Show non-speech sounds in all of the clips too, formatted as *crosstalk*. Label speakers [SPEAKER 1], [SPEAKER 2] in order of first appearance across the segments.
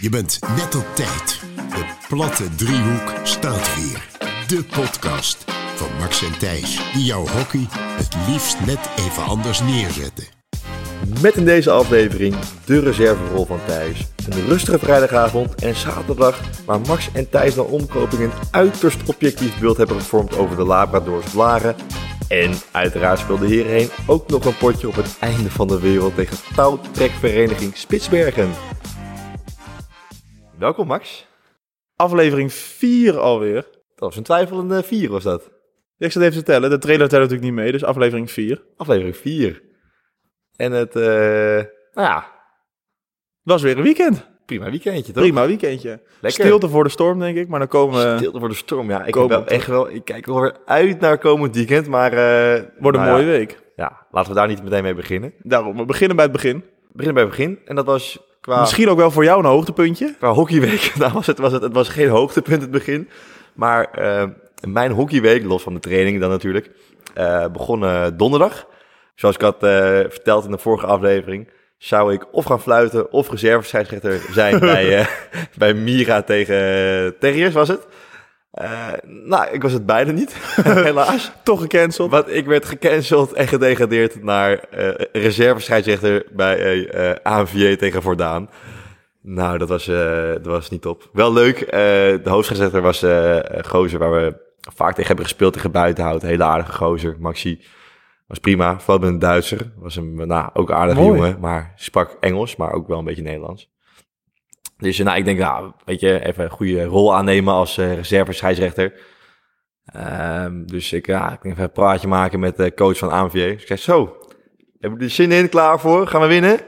[SPEAKER 1] Je bent net op tijd. De platte driehoek staat weer. De podcast van Max en Thijs, die jouw hockey het liefst net even anders neerzetten.
[SPEAKER 2] Met in deze aflevering de reserverol van Thijs. Een rustige vrijdagavond en zaterdag waar Max en Thijs naar omkoping een uiterst objectief beeld hebben gevormd over de Labradors Blaren. En uiteraard speelde hierheen ook nog een potje op het einde van de wereld tegen touwtrekvereniging Spitsbergen. Welkom Max.
[SPEAKER 3] aflevering 4 alweer.
[SPEAKER 2] Dat was een twijfelende 4 was dat?
[SPEAKER 3] Ik zat even te tellen, de trailer telt natuurlijk niet mee, dus aflevering 4.
[SPEAKER 2] Aflevering 4. En het, eh, nou ja,
[SPEAKER 3] Was weer een weekend.
[SPEAKER 2] prima weekendje toch?
[SPEAKER 3] Prima weekendje.
[SPEAKER 2] Lekker.
[SPEAKER 3] Stilte voor de storm, denk ik, maar dan komen.
[SPEAKER 2] Stilte voor de storm, ja. Ik, heb
[SPEAKER 3] eh, Komend,
[SPEAKER 2] wel, echt wel, ik kijk wel weer uit naar komend weekend, maar... eh,
[SPEAKER 3] Wordt een
[SPEAKER 2] nou
[SPEAKER 3] mooie
[SPEAKER 2] ja,
[SPEAKER 3] week.
[SPEAKER 2] Ja, laten we daar niet meteen mee beginnen.
[SPEAKER 3] Daarom, we beginnen bij het begin.
[SPEAKER 2] We beginnen bij het begin. En dat was qua,
[SPEAKER 3] Misschien ook wel voor jou een hoogtepuntje.
[SPEAKER 2] qua hockeyweek. *laughs* Nou, was het, was het, het was geen hoogtepunt het begin. Maar eh, mijn hockeyweek, los van de training dan natuurlijk, eh, begon eh, donderdag. Zoals ik had eh, verteld in de vorige aflevering, zou ik of gaan fluiten of reservescheidsrechter zijn bij, eh, bij Mira tegen eh, Terriers, was het. Eh, nou, ik was het beide niet, *laughs* helaas.
[SPEAKER 3] Toch gecanceld.
[SPEAKER 2] Want ik werd gecanceld en gedegradeerd naar eh reservescheidsrechter bij eh eh, ANVJ tegen Voordaan. Nou, dat was, eh, dat was niet top. Wel leuk. eh, de hoofdscheidsrechter was eh eh, Gozer, waar we vaak tegen hebben gespeeld tegen Buitenhout. Hele aardige Gozer, Maxi. Was prima. Vooral met een Duitser. Was een, nou, ook een aardige
[SPEAKER 3] Mooi.
[SPEAKER 2] jongen. Maar sprak Engels, maar ook wel een beetje Nederlands. Dus eh, nou, ik denk, nou, weet je, even een goede rol aannemen als eh reservescheidsrechter. Ehm, dus ik, ja, ik denk even een praatje maken met de coach van AMVJ. Dus ik zeg, zo, hebben jullie er zin in, klaar voor? Gaan we winnen?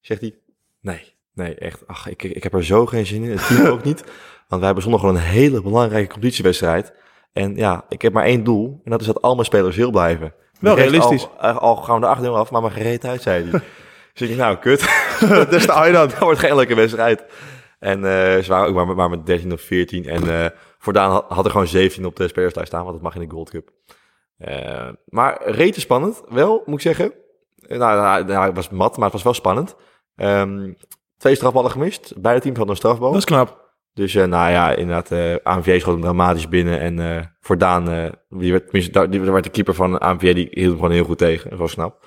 [SPEAKER 2] Zegt hij, nee, nee, echt. Ach, ik, ik heb er zo geen zin in. Het team ook niet. Want wij hebben zondag gewoon een hele belangrijke competitiewedstrijd. En ja, ik heb maar één doel. En dat is dat al mijn spelers heel blijven.
[SPEAKER 3] Wel
[SPEAKER 2] De rest
[SPEAKER 3] realistisch.
[SPEAKER 2] Al, eh, al gaan we de 8 af, maar mijn gereed uit, *laughs* zei hij. dus ik denk, nou, kut.
[SPEAKER 3] Daar sta je
[SPEAKER 2] *laughs*
[SPEAKER 3] dan.
[SPEAKER 2] Dat wordt geen leuke wedstrijd. En eh, ze waren ook maar, met- maar met 13 of 14. En eh, voordaan had, had er gewoon 17 op de spelerslijst staan, want dat mag in de Gold Cup. Eh, maar rete spannend, wel, moet ik zeggen. Eh, Nou, nou, nou, het was mat, maar het was wel spannend. Ehm, twee strafballen gemist. Beide teams hadden een strafbal.
[SPEAKER 3] Dat is knap.
[SPEAKER 2] Dus eh, nou ja, inderdaad, eh AMVJ schoot hem dramatisch binnen. En eh voor Daan, eh, die werd, tenminste, daar, die daar werd de keeper van AMVJ, die hield hem gewoon heel goed tegen. Dat was snap.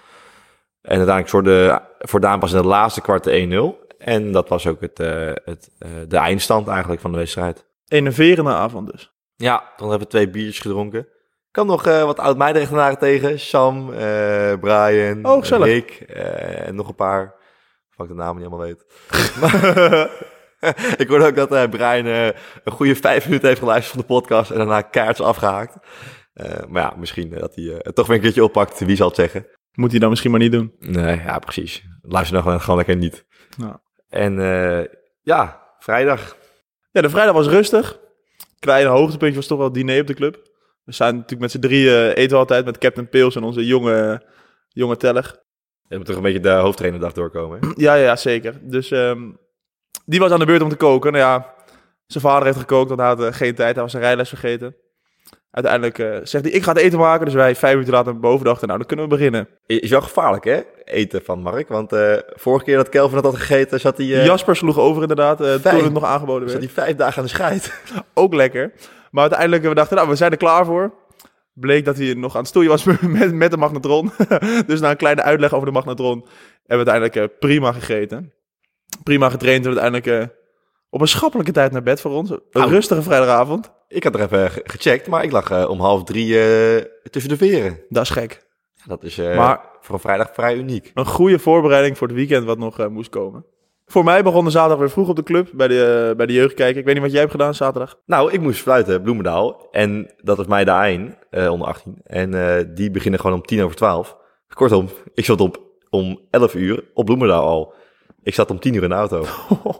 [SPEAKER 2] En uiteindelijk zorgde voor Daan pas in het laatste kwart de 1-0. En dat was ook het, eh, het, eh, de eindstand eigenlijk van de wedstrijd.
[SPEAKER 3] Enerverende avond dus.
[SPEAKER 2] Ja, dan hebben we twee biertjes gedronken. Ik kwam nog eh, wat oud-meidenrechtenaren tegen. Sam, eh, Brian,
[SPEAKER 3] Oh, gezellig.
[SPEAKER 2] Rick eh, en nog een paar. Of ik de namen niet allemaal
[SPEAKER 3] *laughs*
[SPEAKER 2] weet. Maar- ik hoorde ook dat eh, Brian eh, een goede vijf minuten heeft geluisterd van de podcast. En daarna kaarts afgehaakt. Eh, maar ja, misschien eh, dat hij eh, het toch weer een keertje oppakt. Wie zal het zeggen?
[SPEAKER 3] Moet hij dan misschien maar niet doen.
[SPEAKER 2] Nee, ja, precies. Luister nou gewoon, gewoon lekker niet.
[SPEAKER 3] Ja.
[SPEAKER 2] En eh, ja, vrijdag.
[SPEAKER 3] Ja, de vrijdag was rustig. Kleine hoogtepuntje was toch wel het diner op de club. We zijn natuurlijk met z'n drieën, eh, eten we altijd met Captain Pils en onze jonge, jonge teller.
[SPEAKER 2] Je moet toch een beetje de hoofdtrainerdag doorkomen. hè?
[SPEAKER 3] Ja, ja, ja, zeker. Dus ehm, die was aan de beurt om te koken. Nou ja, zijn vader heeft gekookt, want hij had eh, geen tijd. Hij was zijn rijles vergeten. Uiteindelijk eh, zegt hij, ik ga het eten maken. Dus wij vijf minuten later naar boven dachten, nou, dan kunnen we beginnen.
[SPEAKER 2] Is wel gevaarlijk, hè? Eten van Mark. Want eh, vorige keer dat Kelvin het had gegeten, zat hij, eh,
[SPEAKER 3] Jasper sloeg over inderdaad, eh, toen
[SPEAKER 2] Fijn.
[SPEAKER 3] het nog aangeboden
[SPEAKER 2] zat
[SPEAKER 3] werd.
[SPEAKER 2] hij vijf dagen aan de scheid. *laughs*
[SPEAKER 3] Ook lekker. Maar uiteindelijk, eh, we dachten, nou, we zijn er klaar voor. Bleek dat hij nog aan het stoeien was *laughs* met, met de magnetron. *laughs* dus na een kleine uitleg over de magnetron hebben we uiteindelijk eh, prima gegeten. Prima getraind en uiteindelijk eh, op een schappelijke tijd naar bed voor ons. Een
[SPEAKER 2] Au.
[SPEAKER 3] rustige vrijdagavond.
[SPEAKER 2] Ik had er even ge- gecheckt, maar ik lag eh, om half drie eh, tussen de veren.
[SPEAKER 3] Dat is gek.
[SPEAKER 2] Ja, dat is eh,
[SPEAKER 3] Maar-
[SPEAKER 2] voor een vrijdag vrij uniek.
[SPEAKER 3] Een goede voorbereiding voor het weekend wat nog eh, moest komen. Voor mij begon de zaterdag weer vroeg op de club bij de, eh, bij de jeugd kijken. Ik weet niet wat jij hebt gedaan zaterdag.
[SPEAKER 2] *laughs* Nou, ik moest fluiten, Bloemendaal. En dat was mij de Ain, eh, onder 18. En eh, die beginnen gewoon om tien over twaalf. Kortom, ik zat op, om elf uur op Bloemendaal al. Ik zat om tien uur in de auto.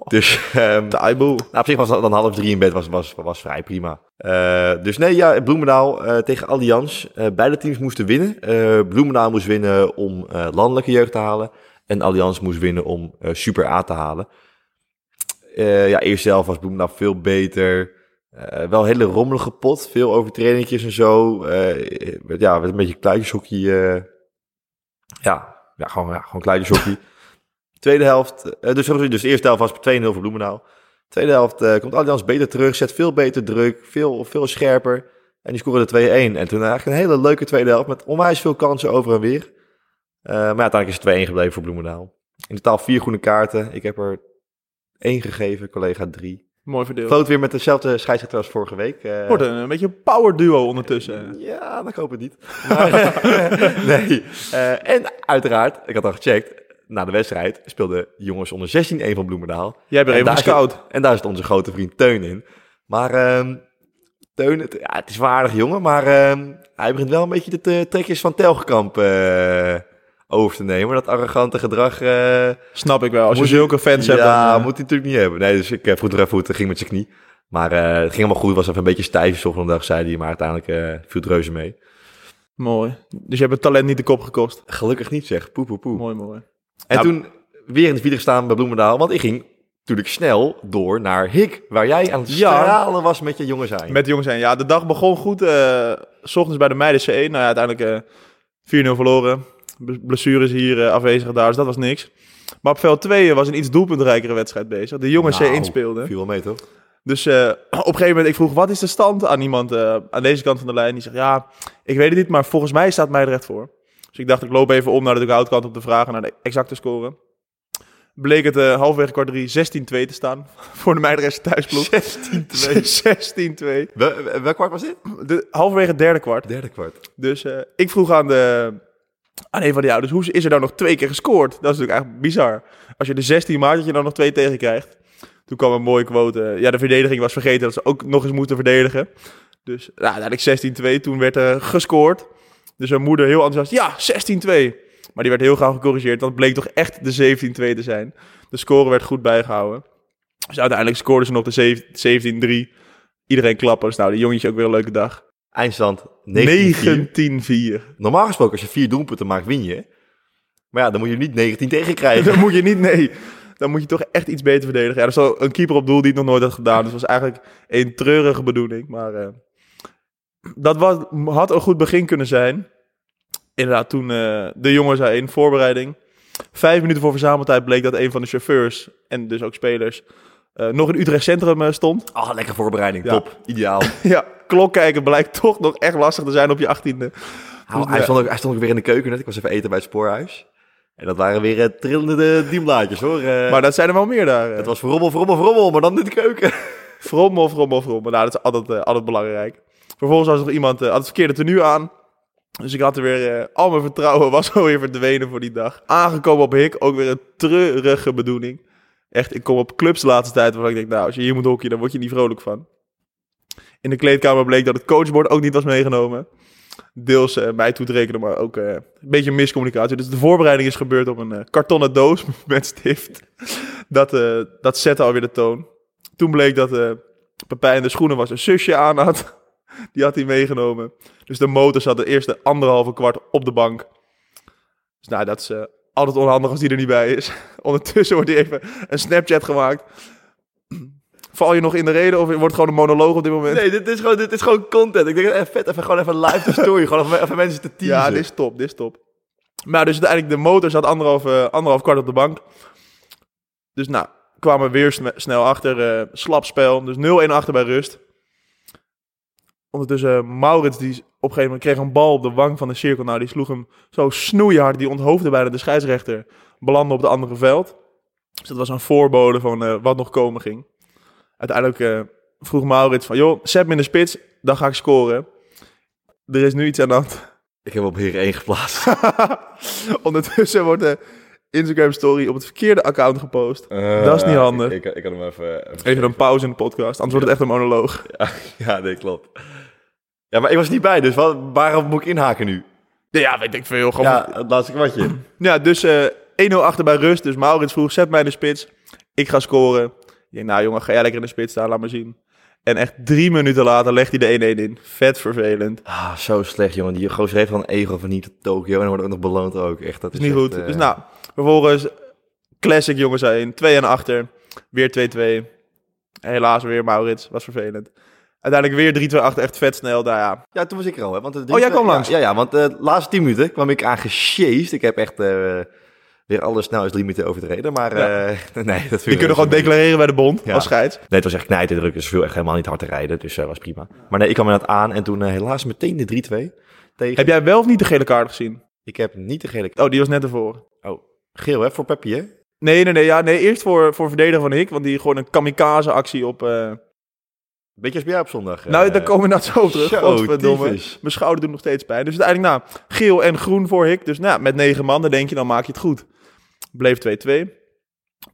[SPEAKER 2] dus ehm,
[SPEAKER 3] De Aibo.
[SPEAKER 2] Nou, op zich was dat dan half drie in bed, was, was, was vrij prima. Eh, dus nee, ja, Bloemendaal eh, tegen Allianz. Eh, beide teams moesten winnen. Eh, Bloemendaal moest winnen om eh, landelijke jeugd te halen. En Allianz moest winnen om eh, Super A te halen. Eh, ja, eerst zelf was Bloemendaal veel beter. Eh, wel een hele rommelige pot, veel overtredingjes en zo. Eh, ja, met een beetje kluitjeshockey. eh. ja, ja, gewoon, ja, gewoon kluitjeshockey. Tweede helft, eh, dus, sorry, dus de eerste helft was 2-0 voor Bloemendaal. Tweede helft eh, komt Allianz beter terug, zet veel beter druk, veel, veel scherper. En die scoren de 2-1. En toen eigenlijk een hele leuke tweede helft met onwijs veel kansen over en weer. Eh, maar ja, uiteindelijk is het 2-1 gebleven voor Bloemendaal. In totaal vier groene kaarten. Ik heb er één gegeven, collega drie.
[SPEAKER 3] Mooi verdeeld.
[SPEAKER 2] Floot weer met dezelfde scheidsrechter als vorige week. Eh,
[SPEAKER 3] Wordt een, een beetje een power duo ondertussen.
[SPEAKER 2] ja, maar ik hoop het
[SPEAKER 3] *laughs*
[SPEAKER 2] niet. Maar, *laughs* nee. Eh, en uiteraard, ik had al gecheckt, na de wedstrijd speelde jongens onder 16 een van Bloemendaal.
[SPEAKER 3] Jij bent
[SPEAKER 2] En
[SPEAKER 3] even
[SPEAKER 2] daar zit-
[SPEAKER 3] gescout.
[SPEAKER 2] En daar zit onze grote vriend Teun in. Maar ehm, Teun, het, ja, het is een aardige jongen, maar ehm, hij begint wel een beetje de te- trekjes van Telgekamp eh, over te nemen. Dat arrogante gedrag... eh,
[SPEAKER 3] Snap ik wel. Als je
[SPEAKER 2] Moet-
[SPEAKER 3] zulke fans hebt,
[SPEAKER 2] ja,
[SPEAKER 3] dan, eh,
[SPEAKER 2] moet hij natuurlijk niet hebben. Nee, dus ik eh, vroeg er even hoe het ging met zijn knie. Maar eh, het ging helemaal goed. was even een beetje stijf. Zocht een dag zei hij, maar uiteindelijk eh, viel het reuze mee.
[SPEAKER 3] mooi. Dus je hebt het talent niet de kop gekost.
[SPEAKER 2] Gelukkig niet zeg. Poe, poe, poe.
[SPEAKER 3] Mooi, mooi.
[SPEAKER 2] En
[SPEAKER 3] Nou,
[SPEAKER 2] toen weer in de vierde gestaan bij Bloemendaal. Want ik ging natuurlijk snel door naar Hik. Waar jij aan het
[SPEAKER 3] Ja.
[SPEAKER 2] stralen was met je jongen zijn.
[SPEAKER 3] Met de jongens zijn. Ja, de dag begon goed. eh, s ochtends bij de meiden C1. Nou ja, uiteindelijk eh 4-0 verloren. Bl- Blessures hier, eh, afwezig daar. Dus dat was niks. Maar op veld 2 was een iets doelpuntrijkere wedstrijd bezig. De jongens
[SPEAKER 2] Nou,
[SPEAKER 3] C1 speelden.
[SPEAKER 2] Viel wel mee toch?
[SPEAKER 3] Dus eh, *clears throat* op een gegeven moment, ik vroeg, wat is de stand aan iemand eh, aan deze kant van de lijn? Die zegt, ja, ik weet het niet, maar volgens mij staat mij er recht voor. Dus ik dacht, ik loop even om naar de houtkant om te vragen naar de exacte score. Bleek het eh halverwege kwart drie 16-2 te staan *laughs* voor de meidrechtse thuisploeg. *laughs*
[SPEAKER 2] 16-2.
[SPEAKER 3] 16-2.
[SPEAKER 2] Wel- wel- Welk kwart was dit?
[SPEAKER 3] De, halverwege het derde kwart.
[SPEAKER 2] Derde kwart.
[SPEAKER 3] Dus eh, ik vroeg aan, de, aan een van die ouders, hoe is er nou nog twee keer gescoord? Dat is natuurlijk eigenlijk bizar. Als je de 16 maakt, dat je dan nog twee tegen krijgt. Toen kwam een mooie quote. eh, ja, de verdediging was vergeten dat ze ook nog eens moeten verdedigen. Dus nou, uiteindelijk 16-2. Toen werd eh, gescoord. Dus mijn moeder heel enthousiast. Ja, 16-2. Maar die werd heel gauw gecorrigeerd. Dat bleek toch echt de 17-2 te zijn. De score werd goed bijgehouden. Dus uiteindelijk scoorden ze nog de 17-3. Iedereen klappen. Dus nou, de jongetje ook weer een leuke dag.
[SPEAKER 2] Eindstand 19
[SPEAKER 3] 19-4.
[SPEAKER 2] Normaal gesproken, als je vier doelpunten maakt, win je. Maar ja, dan moet je niet 19 tegenkrijgen.
[SPEAKER 3] *laughs* Dan moet je niet, nee. Dan moet je toch echt iets beter verdedigen. Ja, er stond een keeper op doel die het nog nooit had gedaan. Dus dat was eigenlijk een treurige bedoeling. Maar eh, dat was, had een goed begin kunnen zijn. Inderdaad, toen eh, de jongens daar in voorbereiding. Vijf minuten voor verzameltijd bleek dat een van de chauffeurs en dus ook spelers eh, nog in Utrecht Centrum eh, stond.
[SPEAKER 2] Ah, lekker voorbereiding.
[SPEAKER 3] Ja.
[SPEAKER 2] Top. Ideaal.
[SPEAKER 3] ja, klok kijken blijkt toch nog echt lastig te zijn op je achttiende.
[SPEAKER 2] Hou,
[SPEAKER 3] Dus,
[SPEAKER 2] hij,
[SPEAKER 3] eh,
[SPEAKER 2] stond ook, hij stond ook weer in de keuken net. Ik was even eten bij het spoorhuis. En dat waren weer eh, trillende dienblaadjes hoor. Eh,
[SPEAKER 3] Maar dat zijn er wel meer daar. eh.
[SPEAKER 2] het was verrommel, verrommel, verrommel, maar dan in de keuken.
[SPEAKER 3] Frommel, frommel, frommel. Nou, dat is altijd, eh, altijd belangrijk. Vervolgens was er nog iemand, eh, had het verkeerde tenue aan. Dus ik had er weer, eh, al mijn vertrouwen was *laughs* alweer verdwenen voor die dag. Aangekomen op Hik, ook weer een treurige bedoeling. Echt, ik kom op clubs de laatste tijd waarvan ik denk, nou, als je hier moet hockey, dan word je niet vrolijk van. In de kleedkamer bleek dat het coachbord ook niet was meegenomen. Deels eh, mij toe te rekenen, maar ook eh, een beetje miscommunicatie. Dus de voorbereiding is gebeurd op een eh, kartonnen doos *laughs* met stift. Dat, eh, dat zette alweer de toon. Toen bleek dat eh Pepijn de schoenen was een zusje aan had. *laughs* Die had hij meegenomen. Dus de motor zat de eerste anderhalve kwart op de bank. Dus nou, dat is eh, altijd onhandig als die er niet bij is. *laughs* Ondertussen wordt hij even een Snapchat gemaakt. *clears throat* Val je nog in de reden of wordt het gewoon een monoloog op dit
[SPEAKER 2] *laughs*
[SPEAKER 3] moment?
[SPEAKER 2] Nee, dit is gewoon, dit is gewoon content. Ik denk, eh, vet, even, gewoon even live de story. gewoon even, even mensen *laughs* te teasen.
[SPEAKER 3] Ja, dit is top, dit is top. Maar dus uiteindelijk, de motor zat anderhalf, eh, anderhalf kwart op de bank. Dus nou, kwamen we weer sne- snel achter. eh, slap spel, dus 0-1 achter bij rust. Ondertussen eh, Maurits, die op een gegeven moment kreeg een bal op de wang van de cirkel. Nou, die sloeg hem zo snoeihard. Die onthoofde bijna de scheidsrechter. Belandde op de andere veld. Dus dat was een voorbode van eh, wat nog komen ging. Uiteindelijk eh, vroeg Maurits van, joh, zet me in de spits. Dan ga ik scoren. Er is nu iets aan de hand.
[SPEAKER 2] Ik heb hem op Heer 1 *laughs* geplaatst.
[SPEAKER 3] *laughs* Ondertussen wordt de Instagram story op het verkeerde account gepost. Dat is niet handig.
[SPEAKER 2] Eh, Ik, ik, had hem even... eh,
[SPEAKER 3] Even een pauze in de podcast, anders wordt het echt een monoloog.
[SPEAKER 2] *laughs* Ja, nee, klopt. Ja, maar ik was niet bij, dus wat, waarom moet ik inhaken nu?
[SPEAKER 3] Ja, weet ik veel. Gewoon... Ja.
[SPEAKER 2] Ja, het laatste kwartje.
[SPEAKER 3] dus eh, 1-0 achter bij rust. Dus Maurits vroeg, zet mij in de spits. Ik ga scoren. Ik denk, nou jongen, ga jij lekker in de spits staan, laat maar zien. En echt drie minuten later legt hij de 1-1 in. Vet vervelend.
[SPEAKER 2] Ah, zo slecht, jongen. Die gozer heeft van ego van niet Tokio en dan wordt ook nog beloond ook. Echt, dat is
[SPEAKER 3] is niet
[SPEAKER 2] echt,
[SPEAKER 3] goed.
[SPEAKER 2] eh,
[SPEAKER 3] Dus nou, vervolgens classic jongens zijn. 2 en achter. Weer 2-2. Helaas weer Maurits. Was vervelend. Uiteindelijk weer 3-2 achter. Echt vet snel. Nou ja,
[SPEAKER 2] Ja, toen was ik er al, hè. Want de
[SPEAKER 3] Oh, jij kwam
[SPEAKER 2] ja,
[SPEAKER 3] langs.
[SPEAKER 2] Ja, ja, want eh, de laatste tien minuten kwam ik aan gesjeest. Ik heb echt eh, weer alle snelheidslimieten overtreden. Maar
[SPEAKER 3] Ja.
[SPEAKER 2] eh, *laughs* nee, dat
[SPEAKER 3] Die kunnen gewoon declareren bij de bond
[SPEAKER 2] Ja.
[SPEAKER 3] als scheids.
[SPEAKER 2] Nee, het was echt knijterdruk. Dus het viel echt helemaal niet hard te rijden. Dus dat was prima. Maar nee, ik kwam inderdaad aan. En toen eh, helaas meteen de 3-2 tegen...
[SPEAKER 3] Heb jij wel of niet de gele kaart gezien?
[SPEAKER 2] Ik heb niet de gele...
[SPEAKER 3] Oh, die was net ervoor.
[SPEAKER 2] Oh, geel hè, voor Peppi hè?
[SPEAKER 3] Nee, nee, nee. Ja, nee eerst voor, voor verdediger van Hik, want die gewoon een kamikaze-actie op... eh,
[SPEAKER 2] Beetje als bij jou op zondag.
[SPEAKER 3] nou,
[SPEAKER 2] eh.
[SPEAKER 3] daar komen we nou zo op terug.
[SPEAKER 2] zo,
[SPEAKER 3] Godverdomme.
[SPEAKER 2] tyfus.
[SPEAKER 3] Mijn schouder doet nog steeds pijn. Dus uiteindelijk, nou, geel en groen voor Hik. Dus nou, met negen man, dan denk je, dan maak je het goed. Bleef 2-2.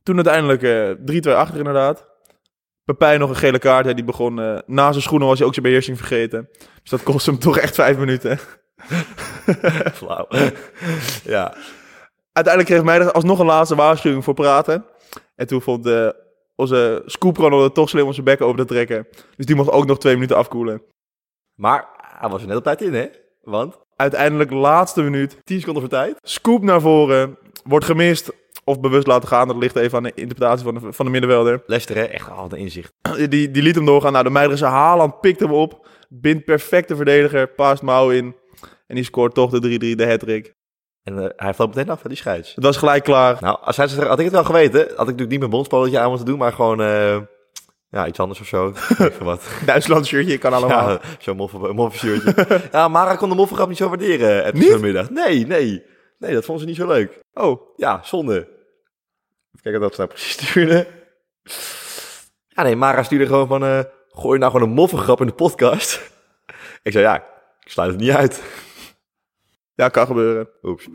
[SPEAKER 3] Toen uiteindelijk eh 3-2 achter inderdaad. Pepijn nog een gele kaart. Hè, die begon, eh, na zijn schoenen was hij ook zijn beheersing vergeten. Dus dat kost hem toch echt vijf minuten.
[SPEAKER 2] *laughs* Flauw. *laughs* ja.
[SPEAKER 3] Uiteindelijk kreeg mij alsnog een laatste waarschuwing voor praten. En toen vond eh, onze scoopronel het toch slim om zijn bek over te trekken. Dus die mocht ook nog twee minuten afkoelen.
[SPEAKER 2] Maar hij was er net op tijd in hè? Want
[SPEAKER 3] Uiteindelijk, laatste minuut,
[SPEAKER 2] 10 seconden voor tijd.
[SPEAKER 3] scoop naar voren, wordt gemist of bewust laten gaan. Dat ligt even aan de interpretatie van de, van de middenvelder. *clears throat*
[SPEAKER 2] Leicester hè, echt altijd een inzicht.
[SPEAKER 3] Die, die liet hem doorgaan. Nou, de Meijerense Haaland pikt hem op, bindt perfecte verdediger, paast mouw in. En die scoort toch de 3-3, de hat-trick.
[SPEAKER 2] En eh, hij vloog meteen af, hè, die scheids.
[SPEAKER 3] Het was gelijk klaar. *laughs*
[SPEAKER 2] Nou, als hij, had ik het wel geweten, had ik natuurlijk niet mijn bondspolletje aan moeten doen, maar gewoon eh, ja, iets anders of
[SPEAKER 3] *laughs*
[SPEAKER 2] zo. Even wat.
[SPEAKER 3] Duitsland shirtje, kan allemaal.
[SPEAKER 2] Ja, zo'n moffen- moffenshirtje.
[SPEAKER 3] *laughs*
[SPEAKER 2] ja, Mara kon de moffengrap niet zo waarderen eh,
[SPEAKER 3] Niet?
[SPEAKER 2] vanmiddag. Nee, nee. Nee, dat vond ze niet zo leuk.
[SPEAKER 3] Oh,
[SPEAKER 2] Ja, zonde. Even kijken wat ze nou precies stuurde. Ja, nee, Mara stuurde gewoon van, eh, gooi nou gewoon een moffengrap in de podcast. *laughs* ik zei, ja, ik sluit het niet uit.
[SPEAKER 3] ja, kan gebeuren.
[SPEAKER 2] Oeps.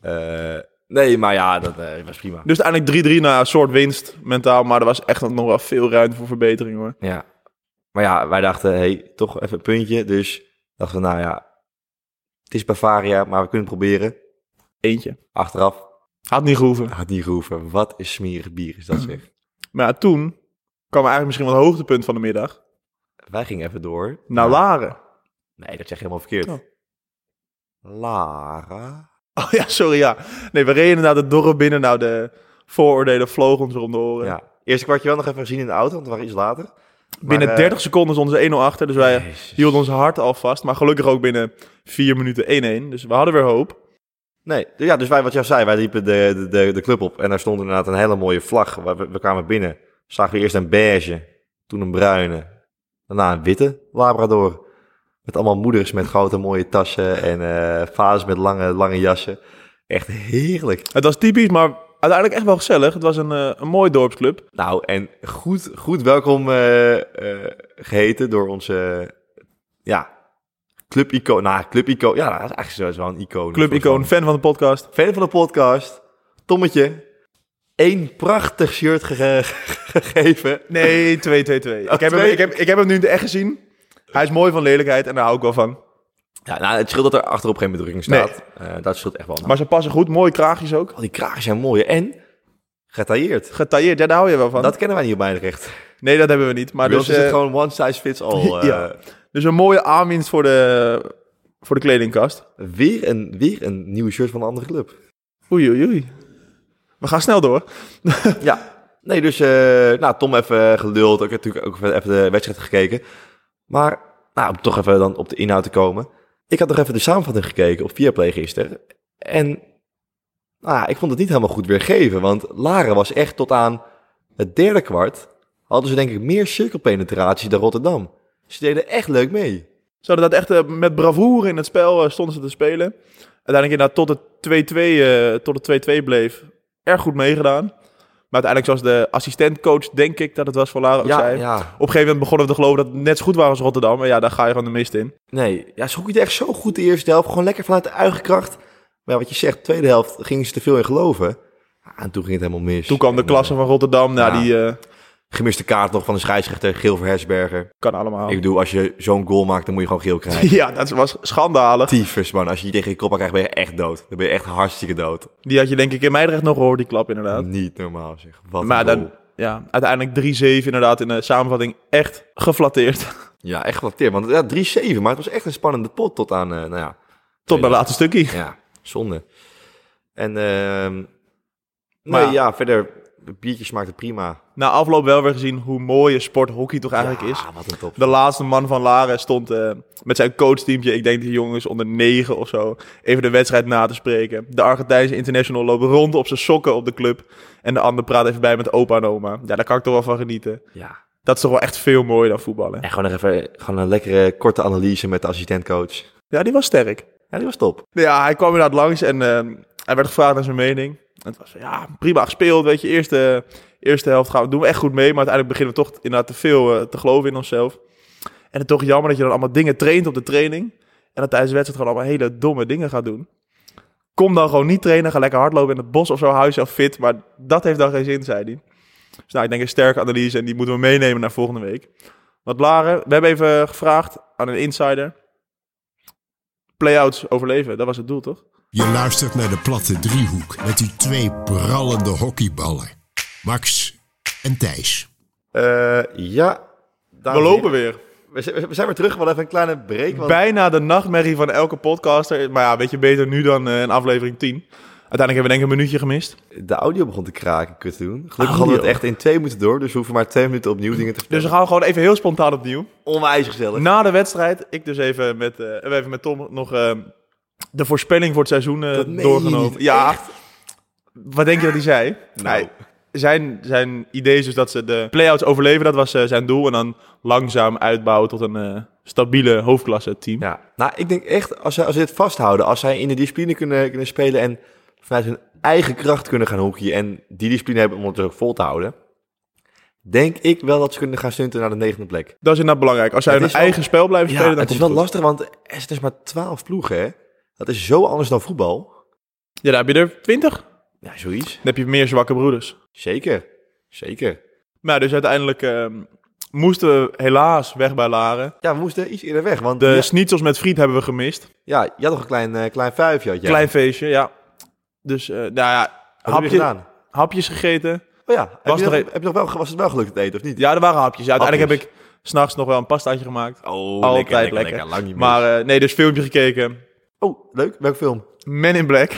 [SPEAKER 2] Eh, nee, maar ja, dat eh, was prima.
[SPEAKER 3] Dus uiteindelijk 3-3 na een soort winst mentaal. Maar er was echt nog wel veel ruimte voor verbetering hoor.
[SPEAKER 2] Ja. Maar ja, wij dachten, hey, toch even een puntje. Dus dachten we, nou ja, het is Bavaria, maar we kunnen het proberen.
[SPEAKER 3] Eentje.
[SPEAKER 2] Achteraf
[SPEAKER 3] Had niet gehoeven.
[SPEAKER 2] had niet gehoeven. Wat een smerig bier is dat
[SPEAKER 3] *clears throat*
[SPEAKER 2] zeg.
[SPEAKER 3] Maar ja, toen kwam eigenlijk misschien wel het hoogtepunt van de middag.
[SPEAKER 2] Wij gingen even door.
[SPEAKER 3] Naar
[SPEAKER 2] Lara.
[SPEAKER 3] Laren.
[SPEAKER 2] Nee, dat zeg je helemaal verkeerd.
[SPEAKER 3] Nou, Oh.
[SPEAKER 2] Lara.
[SPEAKER 3] Oh *laughs* ja, sorry ja. Nee, we reden naar het dorp binnen. Nou, de vooroordelen vlogen ons om de oren.
[SPEAKER 2] Ja. Eerste kwartje wel nog even gezien in de auto, want we waren iets later.
[SPEAKER 3] binnen
[SPEAKER 2] Maar, eh,
[SPEAKER 3] 30 seconden stond ze 1-0 achter. Dus wij
[SPEAKER 2] Jezus.
[SPEAKER 3] hielden ons hart al vast. Maar gelukkig ook binnen 4 minuten 1-1. Dus we hadden weer hoop.
[SPEAKER 2] Nee, d- ja, dus wij, wat jij zei, wij liepen de, de, de, de club op. En daar stond inderdaad een hele mooie vlag. We, we- we kwamen binnen, zagen we eerst een beige, toen een bruine, daarna een witte Labrador. Met allemaal moeders met grote mooie tassen en eh, vaders met lange, lange jassen. Echt heerlijk.
[SPEAKER 3] Het was typisch, maar uiteindelijk echt wel gezellig. Het was een, eh, een mooi dorpsclub.
[SPEAKER 2] Nou, en goed, goed welkom eh, eh, geheten door onze, ja, clubicoon. Nou, clubicoon, ja, dat is eigenlijk zo- zo'n icoon.
[SPEAKER 3] Clubicoon, fan van de podcast.
[SPEAKER 2] fan van de podcast, Tommetje, één prachtig shirt gege- *laughs* gegeven.
[SPEAKER 3] Nee, *laughs* 2-2-2.
[SPEAKER 2] Oh,
[SPEAKER 3] ik, heb hem,
[SPEAKER 2] twee?
[SPEAKER 3] ik, heb, ik heb hem nu in de echt gezien. Hij is mooi van lelijkheid en daar hou ik wel van.
[SPEAKER 2] Ja, nou, het scheelt dat er achterop geen bedrukking staat. Eh, dat scheelt echt wel.
[SPEAKER 3] Maar ze passen goed, mooie kraagjes ook.
[SPEAKER 2] al die kragen zijn mooi en getailleerd.
[SPEAKER 3] Getailleerd, ja, daar hou je wel van.
[SPEAKER 2] Dat kennen wij niet op Meidrecht.
[SPEAKER 3] Nee, dat hebben we niet. Maar
[SPEAKER 2] Maar
[SPEAKER 3] dus,
[SPEAKER 2] dus is het
[SPEAKER 3] eh,
[SPEAKER 2] gewoon one size fits all. *laughs* eh.
[SPEAKER 3] ja. dus een mooie aanwinst voor de, voor de kledingkast.
[SPEAKER 2] weer, een, weer een nieuwe shirt van een andere club.
[SPEAKER 3] Oei, oei, oei. We gaan snel door.
[SPEAKER 2] Ja. Nee, dus eh, nou, Tom even geduld. Ik heb natuurlijk ook even de wedstrijd gekeken. Maar nou, om toch even dan op de inhoud te komen. Ik had nog even de samenvatting gekeken op Viaplay gisteren. En nou, ja, ik vond het niet helemaal goed weergeven. Want Laren was echt tot aan het derde kwart... hadden ze denk ik meer cirkelpenetratie dan Rotterdam. Ze deden echt leuk mee.
[SPEAKER 3] Ze hadden dat echt eh, met bravoure in het spel eh, stonden ze te spelen. Uiteindelijk inderdaad tot het 2-2, eh, tot het 2-2 bleef. Erg goed meegedaan. Maar uiteindelijk zoals de assistentcoach, denk ik dat het was voor Lara ook
[SPEAKER 2] Ja,
[SPEAKER 3] zei.
[SPEAKER 2] ja.
[SPEAKER 3] Op een gegeven moment begonnen we te geloven dat het net zo goed was als Rotterdam. Maar ja, daar ga je gewoon de mist in.
[SPEAKER 2] Nee, ja, ze hoekten echt zo goed de eerste helft. Gewoon lekker vanuit de eigen kracht. Maar ja, wat je zegt, tweede helft gingen ze te veel in geloven. Ah, en toen ging het helemaal mis.
[SPEAKER 3] Toen kwam de
[SPEAKER 2] En,
[SPEAKER 3] klasse van Rotterdam. Nou,
[SPEAKER 2] Ja.
[SPEAKER 3] die eh,
[SPEAKER 2] gemiste kaart nog van de scheidsrechter Geel Versberger.
[SPEAKER 3] kan allemaal.
[SPEAKER 2] Ik bedoel, als je zo'n goal maakt, dan moet je gewoon geel krijgen.
[SPEAKER 3] *laughs* Ja, dat was schandalig.
[SPEAKER 2] Tyfus, man. Als je die tegen je kop aan krijgt, ben je echt dood. Dan ben je echt hartstikke dood.
[SPEAKER 3] Die had je denk ik in Meidrecht nog gehoord, die klap inderdaad.
[SPEAKER 2] Niet normaal, zeg. Wat een
[SPEAKER 3] maar
[SPEAKER 2] goal.
[SPEAKER 3] dan, ja, uiteindelijk 3-7 inderdaad in de samenvatting echt geflatteerd. *laughs*
[SPEAKER 2] Ja, echt geflatteerd. Want ja, 3-7, maar het was echt een spannende pot tot aan, eh, nou ja,
[SPEAKER 3] Tot naar het laatste stukje.
[SPEAKER 2] ja, zonde. En ehm, Nee,
[SPEAKER 3] Maar-
[SPEAKER 2] ja, verder, de biertjes smaakten prima.
[SPEAKER 3] Na afloop wel weer gezien hoe mooi een sport hockey toch eigenlijk is.
[SPEAKER 2] Ja, Ah, wat een top.
[SPEAKER 3] De laatste man van Laren stond eh, met zijn coachteamje, ik denk die jongens onder 9 of zo, even de wedstrijd na te spreken. De Argentijnse international loopt rond op zijn sokken op de club. En de ander praat even bij met opa en oma. Ja, daar kan ik toch wel van genieten.
[SPEAKER 2] Ja.
[SPEAKER 3] Dat is toch wel echt veel mooier dan voetballen.
[SPEAKER 2] En gewoon nog even gewoon een lekkere korte analyse met de assistentcoach.
[SPEAKER 3] Ja, die was sterk.
[SPEAKER 2] Ja, die was top.
[SPEAKER 3] Ja, hij kwam inderdaad langs en eh, hij werd gevraagd naar zijn mening. En het was ja, prima gespeeld, weet je. Eerste, eerste helft gaan we, doen we echt goed mee, maar uiteindelijk beginnen we toch inderdaad te veel eh, te geloven in onszelf. En het is toch jammer dat je dan allemaal dingen traint op de training. En dat tijdens de wedstrijd gewoon allemaal hele domme dingen gaat doen. Kom dan gewoon niet trainen, ga lekker hardlopen in het bos of zo, hou jezelf fit. Maar dat heeft dan geen zin, zei hij. Dus nou, ik denk een sterke analyse en die moeten we meenemen naar volgende week. Want Laren, we hebben even gevraagd aan een insider. Playouts overleven, dat was het doel toch?
[SPEAKER 1] Je luistert naar de platte driehoek met die twee brallende hockeyballen. Max en Thijs.
[SPEAKER 2] Eh, ja.
[SPEAKER 3] We lopen weer.
[SPEAKER 2] We zijn, we zijn weer terug. We hadden even een kleine break. Want...
[SPEAKER 3] Bijna de nachtmerrie van elke podcaster. Maar ja, weet je, beter nu dan eh, in aflevering 10. Uiteindelijk hebben we denk ik een minuutje gemist.
[SPEAKER 2] De audio begon te kraken, kut te doen. Gelukkig hadden we het
[SPEAKER 3] Audio.
[SPEAKER 2] echt in twee minuten door. Dus we hoeven maar twee minuten opnieuw dingen te
[SPEAKER 3] Dus
[SPEAKER 2] spelen.
[SPEAKER 3] we gaan gewoon even heel spontaan opnieuw.
[SPEAKER 2] onwijs gezellig.
[SPEAKER 3] Na de wedstrijd, ik dus even met, eh, we even met Tom nog eh, de voorspelling voor het seizoen eh,
[SPEAKER 2] Dat meen je
[SPEAKER 3] doorgenomen.
[SPEAKER 2] niet.
[SPEAKER 3] ja,
[SPEAKER 2] Echt?
[SPEAKER 3] wat denk je dat hij zei?
[SPEAKER 2] Nou.
[SPEAKER 3] Hij- zijn, zijn idee is dus dat ze de play-outs overleven. Dat was eh, zijn doel. En dan langzaam uitbouwen tot een eh, stabiele hoofdklasse team.
[SPEAKER 2] Ja. Nou, ik denk echt, als zij, als ze dit vasthouden, als zij in de discipline kunnen, kunnen spelen en vanuit hun eigen kracht kunnen gaan hockeyen en die discipline hebben om het dus ook vol te houden, denk ik wel dat ze kunnen gaan stunten naar de negende plek.
[SPEAKER 3] Dat is inderdaad belangrijk. Als zij
[SPEAKER 2] Het
[SPEAKER 3] hun
[SPEAKER 2] is wel-
[SPEAKER 3] eigen spel blijven spelen,
[SPEAKER 2] Ja,
[SPEAKER 3] dan
[SPEAKER 2] het is
[SPEAKER 3] komt
[SPEAKER 2] wel
[SPEAKER 3] goed.
[SPEAKER 2] lastig, want er zijn dus maar twaalf ploegen, hè. Dat is zo anders dan voetbal.
[SPEAKER 3] Ja, daar heb je er 20. Dan
[SPEAKER 2] Ja, zoiets.
[SPEAKER 3] heb je meer zwakke broeders.
[SPEAKER 2] Zeker. Zeker.
[SPEAKER 3] Maar dus uiteindelijk ehm, moesten we helaas weg bij Laren.
[SPEAKER 2] Ja, we moesten iets eerder weg, want
[SPEAKER 3] De
[SPEAKER 2] ja,
[SPEAKER 3] schnitzels met friet hebben we gemist.
[SPEAKER 2] ja, je had nog een klein, eh, klein vuifje, had jij.
[SPEAKER 3] Klein feestje, ja. Dus eh nou ja,
[SPEAKER 2] Wat heb je
[SPEAKER 3] hapje-
[SPEAKER 2] gedaan?
[SPEAKER 3] hapjes gegeten.
[SPEAKER 2] Oh ja, heb
[SPEAKER 3] Was
[SPEAKER 2] je, nog,
[SPEAKER 3] nog een-
[SPEAKER 2] heb je nog wel, was het wel gelukt het eten, of niet?
[SPEAKER 3] Ja, er waren hapjes. Ja, uiteindelijk
[SPEAKER 2] Hapjes.
[SPEAKER 3] heb ik s'nachts nog wel een pastaatje gemaakt.
[SPEAKER 2] Oh,
[SPEAKER 3] Altijd lekker.
[SPEAKER 2] Lang niet meer.
[SPEAKER 3] Maar eh, nee, dus filmpje gekeken.
[SPEAKER 2] Oh, leuk. Welke film?
[SPEAKER 3] Men in Black.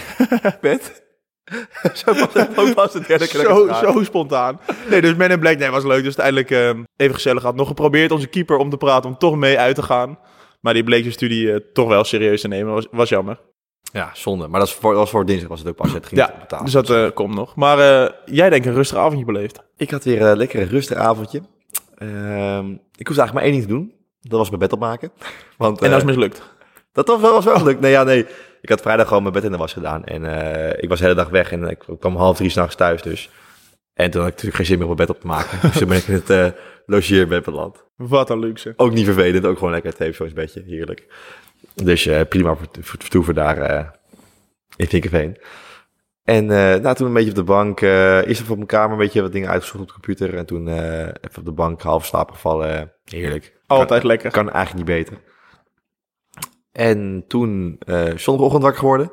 [SPEAKER 2] Pet? *laughs* zo was
[SPEAKER 3] *laughs*
[SPEAKER 2] het ook pas de derde keer dat ik
[SPEAKER 3] zo,
[SPEAKER 2] het vraag.
[SPEAKER 3] zo spontaan. Nee, dus Men in Black, nee, was leuk. Dus uiteindelijk ehm, even gezellig had. Nog geprobeerd onze keeper om te praten, om toch mee uit te gaan. Maar die bleek zijn studie eh, toch wel serieus te nemen. Was, was jammer.
[SPEAKER 2] Ja, zonde. Maar dat was voor, dat was voor dinsdag was het ook pas. Het ging
[SPEAKER 3] Ja,
[SPEAKER 2] op tafel.
[SPEAKER 3] dus dat eh, komt nog. Maar eh, jij denkt een rustig avondje beleefd.
[SPEAKER 2] Ik had weer een lekkere rustig avondje. Ehm, ik hoefde eigenlijk maar één ding te doen. Dat was mijn bed opmaken. *laughs* Want,
[SPEAKER 3] En dat Oh.
[SPEAKER 2] eh,
[SPEAKER 3] is mislukt.
[SPEAKER 2] Dat was wel, was wel gelukt. Nee, ja, nee. Ik had vrijdag gewoon mijn bed in de was gedaan. En eh, ik was de hele dag weg. En ik kwam half drie s'nachts thuis dus. En toen had ik natuurlijk geen zin meer om mijn bed op te maken. *laughs* dus toen ben ik in het eh logeerbed beland.
[SPEAKER 3] Wat een luxe.
[SPEAKER 2] Ook niet vervelend. Ook gewoon lekker. Het heeft zo'n beetje heerlijk. Dus eh, prima voor- voor- vertoeven daar eh in Vinkerveen. En eh nou, toen een beetje op de bank. eh eerst even op mijn kamer een beetje wat dingen uitgezocht op de computer. En toen eh, even op de bank half slaap gevallen. Heerlijk.
[SPEAKER 3] Altijd lekker.
[SPEAKER 2] Kan eigenlijk niet beter. En toen eh zondagochtend wakker geworden.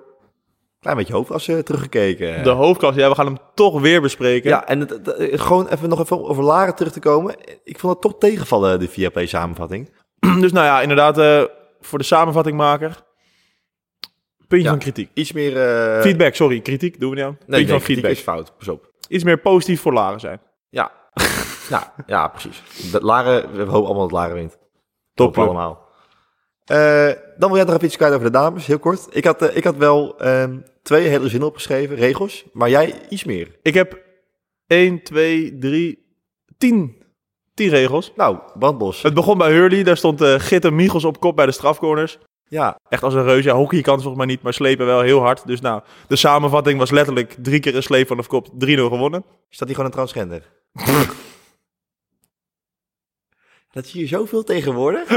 [SPEAKER 2] Klein beetje hoofdwas eh, teruggekeken.
[SPEAKER 3] De hoofdklas, ja, we gaan hem toch weer bespreken.
[SPEAKER 2] ja, en het, het- het- gewoon even nog even over Laren terug te komen. Ik vond het toch tegenvallen, de Viaplay samenvatting.
[SPEAKER 3] *clears throat* Dus nou ja, inderdaad, eh, voor de samenvattingmaker. Puntje
[SPEAKER 2] Ja.
[SPEAKER 3] van kritiek.
[SPEAKER 2] Iets meer... eh
[SPEAKER 3] feedback, sorry, kritiek doen we niet aan. Puntje
[SPEAKER 2] Nee, nee,
[SPEAKER 3] van
[SPEAKER 2] kritiek
[SPEAKER 3] feedback.
[SPEAKER 2] is fout. Pas op.
[SPEAKER 3] Iets meer positief voor Laren zijn.
[SPEAKER 2] Ja. *laughs* ja, ja, precies. Dat Laren, we hopen allemaal dat Laren wint.
[SPEAKER 3] Top,
[SPEAKER 2] Hopen we allemaal. Eh, dan wil jij nog even iets kwijt over de dames, heel kort. Ik had, eh, ik had wel ehm, twee hele zinnen opgeschreven, regels. Maar jij iets meer.
[SPEAKER 3] Ik heb 1, 2, 3, 10. 10 regels.
[SPEAKER 2] Nou, Bandbos.
[SPEAKER 3] Het begon bij Hurley. Daar stond eh Git en Michels op kop bij de strafcorners.
[SPEAKER 2] Ja,
[SPEAKER 3] Echt als een reus. Ja, hockey kan het volgens mij niet, maar slepen wel heel hard. Dus nou, de samenvatting was letterlijk drie keer een sleep vanaf kop. 3-0 gewonnen.
[SPEAKER 2] staat hij gewoon een
[SPEAKER 3] *laughs*
[SPEAKER 2] transgender? dat zie je zoveel tegenwoordig.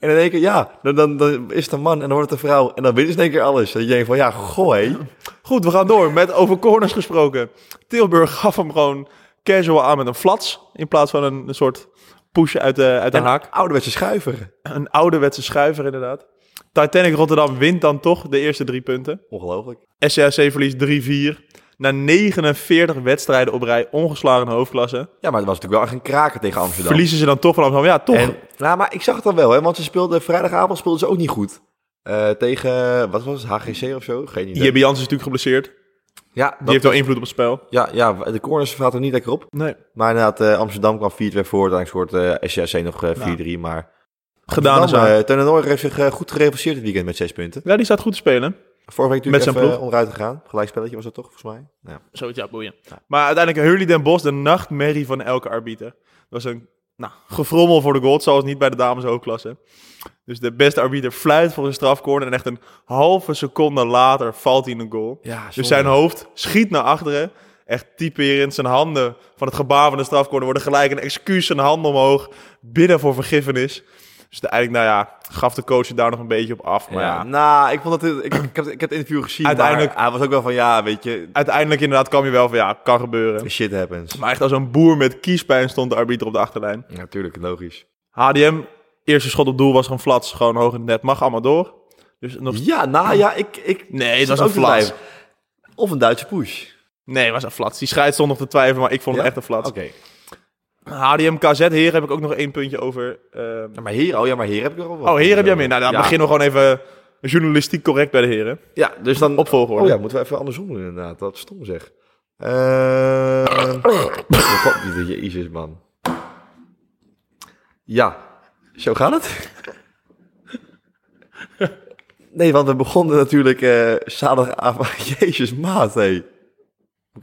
[SPEAKER 2] En dan denk je, ja, dan, dan, dan is het een man en dan wordt het een vrouw. En dan winnen ze in één keer alles. Dat je denkt van, ja, goh, hé.
[SPEAKER 3] Goed, we gaan door. Met over corners gesproken. Tilburg gaf hem gewoon casual aan met een flats. In plaats van een, een soort push uit de, uit de haak.
[SPEAKER 2] Een ouderwetse schuiver.
[SPEAKER 3] Een ouderwetse schuiver inderdaad. Titanic Rotterdam wint dan toch de eerste drie punten.
[SPEAKER 2] Ongelooflijk.
[SPEAKER 3] SCAC verliest 3-4. Na 49 wedstrijden op rij, ongeslagen hoofdklasse.
[SPEAKER 2] Ja, maar het was natuurlijk wel echt een kraker tegen Amsterdam.
[SPEAKER 3] Verliezen ze dan toch van Amsterdam? Ja, toch.
[SPEAKER 2] En, nou, maar ik zag het dan wel, hè. Want ze speelden, vrijdagavond speelden ze ook niet goed. Eh, tegen, wat was het, HGC of zo? Geen idee.
[SPEAKER 3] Jebbe Jans is natuurlijk geblesseerd.
[SPEAKER 2] Ja,
[SPEAKER 3] Die
[SPEAKER 2] dat-
[SPEAKER 3] heeft wel invloed op het spel.
[SPEAKER 2] ja, ja, de corners gaat er niet lekker op.
[SPEAKER 3] Nee.
[SPEAKER 2] Maar inderdaad, eh, Amsterdam kwam 4-2 voor. Uiteindelijk scoort eh SCAC nog eh, 4-3. Maar
[SPEAKER 3] Nou, Gedaan dus is aan.
[SPEAKER 2] Amsterdam, eh, Ten Noor heeft zich eh, goed gerevanceerd dit weekend met 6 punten.
[SPEAKER 3] eh, Ja, die staat goed te spelen.
[SPEAKER 2] Vorige week natuurlijk
[SPEAKER 3] Met zijn
[SPEAKER 2] even
[SPEAKER 3] ploeg.
[SPEAKER 2] eh, onderuit gegaan. Gelijkspelletje was dat toch, volgens mij? Ja.
[SPEAKER 3] Zoiets, ja, boeien. Maar uiteindelijk Hurley Den Bos, de nachtmerrie van elke arbiter. Dat was een nou, gefrommel voor de goal, zoals niet bij de dames hoofdklasse. Dus de beste arbiter fluit voor een strafcorner en echt een halve seconde later valt hij in een goal.
[SPEAKER 2] Ja, zonde.
[SPEAKER 3] dus zijn hoofd schiet naar achteren. Echt typerend. Zijn handen van het gebaar van de strafcorner worden gelijk een excuus. Zijn handen omhoog. Bidden voor vergiffenis. Dus uiteindelijk, nou ja, gaf de coach er daar nog een beetje op af. Maar ja,
[SPEAKER 2] Nou, ik vond dat... Ik, ik, heb, ik heb het interview gezien,
[SPEAKER 3] Uiteindelijk-
[SPEAKER 2] maar hij was ook wel van... Ja, weet je,
[SPEAKER 3] uiteindelijk inderdaad kwam je wel van, ja, kan gebeuren.
[SPEAKER 2] shit happens.
[SPEAKER 3] Maar echt als een boer met kiespijn stond de arbiter op de achterlijn.
[SPEAKER 2] Natuurlijk, logisch.
[SPEAKER 3] HDM, eerste schot op doel was gewoon flats. Gewoon hoog in het net. Mag allemaal door. Dus nog...
[SPEAKER 2] Ja, nou ja, ik... ik
[SPEAKER 3] Nee, het
[SPEAKER 2] zat
[SPEAKER 3] was een
[SPEAKER 2] ook te
[SPEAKER 3] flats.
[SPEAKER 2] twijfelen. Of een Duitse push.
[SPEAKER 3] Nee, het was een flats. Die scheids stond nog te twijfelen, maar ik vond het
[SPEAKER 2] Ja?
[SPEAKER 3] echt een flats.
[SPEAKER 2] Oké. nou,
[SPEAKER 3] HDM, KZ, hier heb ik ook nog één puntje over. ehm,
[SPEAKER 2] Ja, Maar hier, oh ja, maar hier heb ik er al wat.
[SPEAKER 3] Oh, heren heb jij meer. Nou, dan
[SPEAKER 2] Ja.
[SPEAKER 3] beginnen we gewoon even journalistiek correct bij de heren.
[SPEAKER 2] Ja, dus dan...
[SPEAKER 3] Op volgorde.
[SPEAKER 2] Oh ja, moeten we even andersom doen inderdaad. Dat is stom zeg. Eh *coughs* Jezus man. Ja, zo gaat het. Nee, want we begonnen natuurlijk eh, zaterdagavond. *laughs* Jezus maat, hé. Moet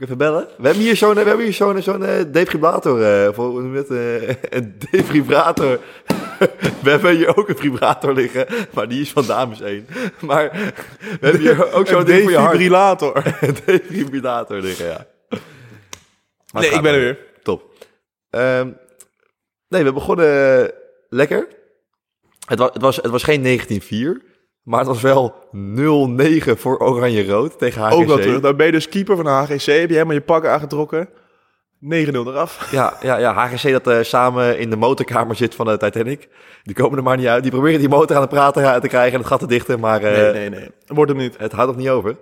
[SPEAKER 2] ik even bellen? We hebben hier zo'n we hebben hier zo'n zo'n eh, defibrillator. eh, voor, hoe noem je het? Eh, *laughs* een defibrillator. *laughs* we hebben hier ook een vibrator liggen, maar die is van dames één. Maar we hebben hier ook zo'n ding voor je hart.
[SPEAKER 3] defibrillator.
[SPEAKER 2] *laughs* Een defibrillator liggen, ja. Maar
[SPEAKER 3] Nee,
[SPEAKER 2] het
[SPEAKER 3] ik
[SPEAKER 2] gaat
[SPEAKER 3] ben er
[SPEAKER 2] wel.
[SPEAKER 3] weer.
[SPEAKER 2] Top. Ehm, nee, we begonnen eh, lekker. Het was, het, was, het was geen 19-4, maar het was wel 0-9 voor Oranje-Rood tegen HGC.
[SPEAKER 3] Ook wel terug. Dan ben je dus keeper van de HGC. Heb je helemaal je pak aangetrokken. 9-0 eraf.
[SPEAKER 2] Ja, ja, ja, HGC dat eh, samen in de motorkamer zit van de Titanic. Die komen er maar niet uit. Die proberen die motor aan het praten eh, te krijgen en het gat te dichten, maar eh,
[SPEAKER 3] Nee, nee, nee. Wordt hem niet.
[SPEAKER 2] het houdt nog niet over.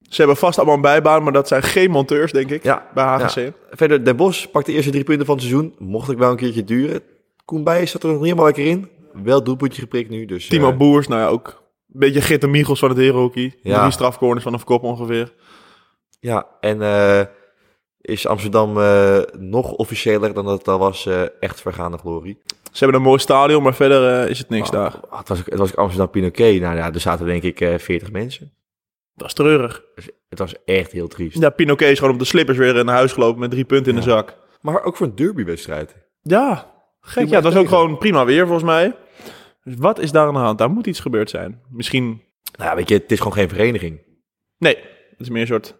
[SPEAKER 3] Ze hebben vast allemaal een bijbaan, maar dat zijn geen monteurs, denk ik.
[SPEAKER 2] Ja,
[SPEAKER 3] Bij HGC.
[SPEAKER 2] ja. Verder, Den Bosch pakt de eerste drie punten van het seizoen. Mocht ik wel een keertje duren. Koen Bijen zat er nog niet helemaal lekker in. Wel doelpuntje geprikt nu, dus... eh,
[SPEAKER 3] Timo Boers, nou ja, ook. Een beetje Gitte Michels van het herenhockey.
[SPEAKER 2] Ja.
[SPEAKER 3] Drie strafcorners van een kop ongeveer.
[SPEAKER 2] Ja, en eh, is Amsterdam eh, nog officiëler dan dat het al was. eh, echt vergaande glorie.
[SPEAKER 3] Ze hebben een mooi stadion, maar verder eh, is het niks daar.
[SPEAKER 2] Ah, het, was, ook- het was ook Amsterdam Pinoquet. Nou ja, er zaten denk ik eh 40 mensen.
[SPEAKER 3] Dat is treurig.
[SPEAKER 2] Dus het was echt heel triest.
[SPEAKER 3] Ja, Pinoquet is gewoon op de slippers weer eh, naar huis gelopen met drie punten in de zak.
[SPEAKER 2] Maar ook voor een derbywedstrijd.
[SPEAKER 3] Ja,
[SPEAKER 2] Doe
[SPEAKER 3] gek.
[SPEAKER 2] maar
[SPEAKER 3] Ja, het was
[SPEAKER 2] tegen.
[SPEAKER 3] ook gewoon prima weer volgens mij. Dus wat is daar aan de hand? Daar moet iets gebeurd zijn. Misschien...
[SPEAKER 2] Nou ja, weet je, het is gewoon geen vereniging.
[SPEAKER 3] Nee, het is meer een soort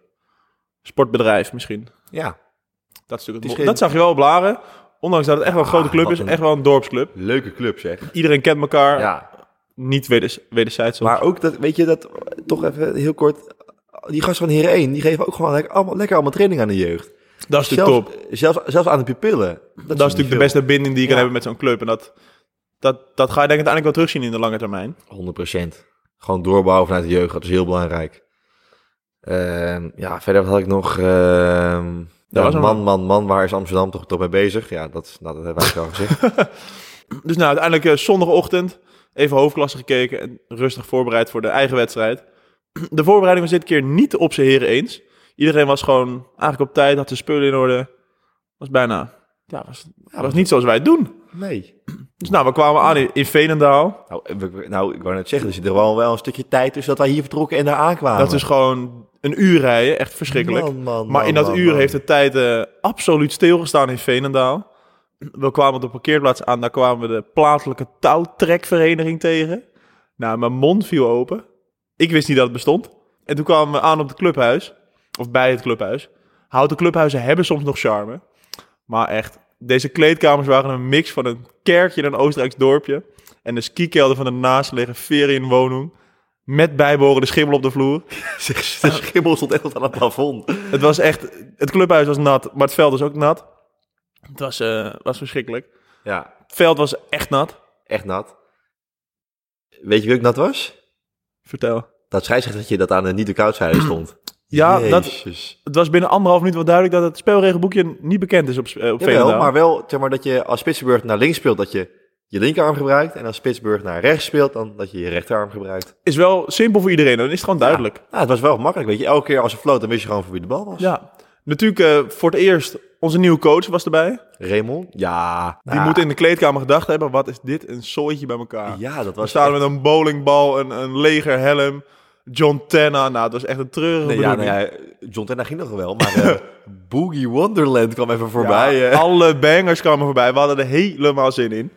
[SPEAKER 3] sportbedrijf misschien.
[SPEAKER 2] Ja,
[SPEAKER 3] Dat, is natuurlijk
[SPEAKER 2] is
[SPEAKER 3] het
[SPEAKER 2] geen-
[SPEAKER 3] dat zag je wel op Laren. Ondanks dat het echt wel een grote
[SPEAKER 2] Ah,
[SPEAKER 3] club
[SPEAKER 2] wat
[SPEAKER 3] is.
[SPEAKER 2] een-
[SPEAKER 3] Echt wel een dorpsclub.
[SPEAKER 2] leuke club zeg.
[SPEAKER 3] Iedereen kent elkaar.
[SPEAKER 2] Ja,
[SPEAKER 3] Niet weders, wederzijds. soms.
[SPEAKER 2] Maar ook dat, weet je, dat toch even heel kort. Die gasten van Heren 1, die geven ook gewoon lekker allemaal, lekker allemaal training aan de jeugd.
[SPEAKER 3] dat is de
[SPEAKER 2] Zelfs-
[SPEAKER 3] top.
[SPEAKER 2] Zelfs, zelfs aan de pupillen. Dat,
[SPEAKER 3] Dat is natuurlijk de beste binding die je kan
[SPEAKER 2] Ja.
[SPEAKER 3] hebben met zo'n club. En dat, dat, dat ga je denk ik uiteindelijk wel terugzien in de lange termijn.
[SPEAKER 2] beste. 100%. Gewoon doorbouwen vanuit de jeugd, dat is heel belangrijk. Ehm, ja, verder wat had ik nog. ehm ja,
[SPEAKER 3] was een-
[SPEAKER 2] man, man, man, waar is Amsterdam toch, toch mee bezig? Ja, dat, nou, dat hebben wij al
[SPEAKER 3] *laughs*
[SPEAKER 2] gezegd.
[SPEAKER 3] Dus nou, uiteindelijk eh, zondagochtend even hoofdklasse gekeken en rustig voorbereid voor de eigen wedstrijd. De voorbereiding was dit keer niet op zijn heren eens. Iedereen was gewoon eigenlijk op tijd, had zijn spullen in orde. Was bijna, ja, was, was niet zoals wij het doen.
[SPEAKER 2] Nee.
[SPEAKER 3] Dus nou, we kwamen aan in, in Veenendaal.
[SPEAKER 2] Nou, eh, we- nou, ik wou net zeggen, er zit er wel, wel een stukje tijd tussen dat wij hier vertrokken en daar aankwamen.
[SPEAKER 3] Dat
[SPEAKER 2] *laughs*
[SPEAKER 3] is gewoon een uur rijden, echt verschrikkelijk.
[SPEAKER 2] Man, man,
[SPEAKER 3] Maar
[SPEAKER 2] man,
[SPEAKER 3] in dat
[SPEAKER 2] man,
[SPEAKER 3] uur
[SPEAKER 2] man.
[SPEAKER 3] heeft de tijd eh, absoluut stilgestaan in Veenendaal. We kwamen op de parkeerplaats aan, daar kwamen we de plaatselijke touwtrekvereniging tegen. Nou, mijn mond viel open. Ik wist niet dat het bestond. En toen kwamen we aan op het clubhuis, of bij het clubhuis. Houten clubhuizen hebben soms nog charme. Maar echt, deze kleedkamers waren een mix van een kerkje in een Oostenrijks dorpje. En de skikelder van de naastgelegen ferienwoning. Met bijbehorende schimmel op de vloer.
[SPEAKER 2] Zeg, Dus- de schimmel stond echt tot aan het plafond.
[SPEAKER 3] Het was echt, het clubhuis was nat, maar het veld was ook nat. Het was, eh, was verschrikkelijk.
[SPEAKER 2] Ja,
[SPEAKER 3] Het veld was echt nat.
[SPEAKER 2] Echt nat. Weet je wie ook nat was?
[SPEAKER 3] Vertel.
[SPEAKER 2] Dat scheidsrechtertje dat aan de niet de koudzijde stond.
[SPEAKER 3] Ja, dat-
[SPEAKER 2] Jezus.
[SPEAKER 3] Het was binnen anderhalf minuut wel duidelijk dat het spelregelboekje niet bekend is op, eh, op
[SPEAKER 2] Jawel,
[SPEAKER 3] Veenendaal.
[SPEAKER 2] maar wel zeg maar, dat je als Spitsenburg naar links speelt, dat je je linkerarm gebruikt en als Spitsburg naar rechts speelt, dan dat je je rechterarm gebruikt.
[SPEAKER 3] Is wel simpel voor iedereen, dan is het gewoon duidelijk.
[SPEAKER 2] Nou, het was wel makkelijk, weet je. Elke keer als er floot, dan wist je gewoon voor wie de bal was.
[SPEAKER 3] Ja. Natuurlijk, eh, voor het eerst, onze nieuwe coach was erbij.
[SPEAKER 2] Raymond? Ja. Nou,
[SPEAKER 3] Die moet in de kleedkamer gedacht hebben, wat is dit een zooitje bij elkaar.
[SPEAKER 2] Ja, dat
[SPEAKER 3] We
[SPEAKER 2] was...
[SPEAKER 3] staan met een bowlingbal, een, een leger helm, John Tenna. Nou, het was echt een treurige
[SPEAKER 2] Nee, ja,
[SPEAKER 3] bedoeling.
[SPEAKER 2] nou ja, John Tenna ging nog wel, maar
[SPEAKER 3] *laughs*
[SPEAKER 2] eh, Boogie Wonderland kwam even voorbij.
[SPEAKER 3] Ja,
[SPEAKER 2] eh.
[SPEAKER 3] alle bangers kwamen voorbij. We hadden er helemaal zin in.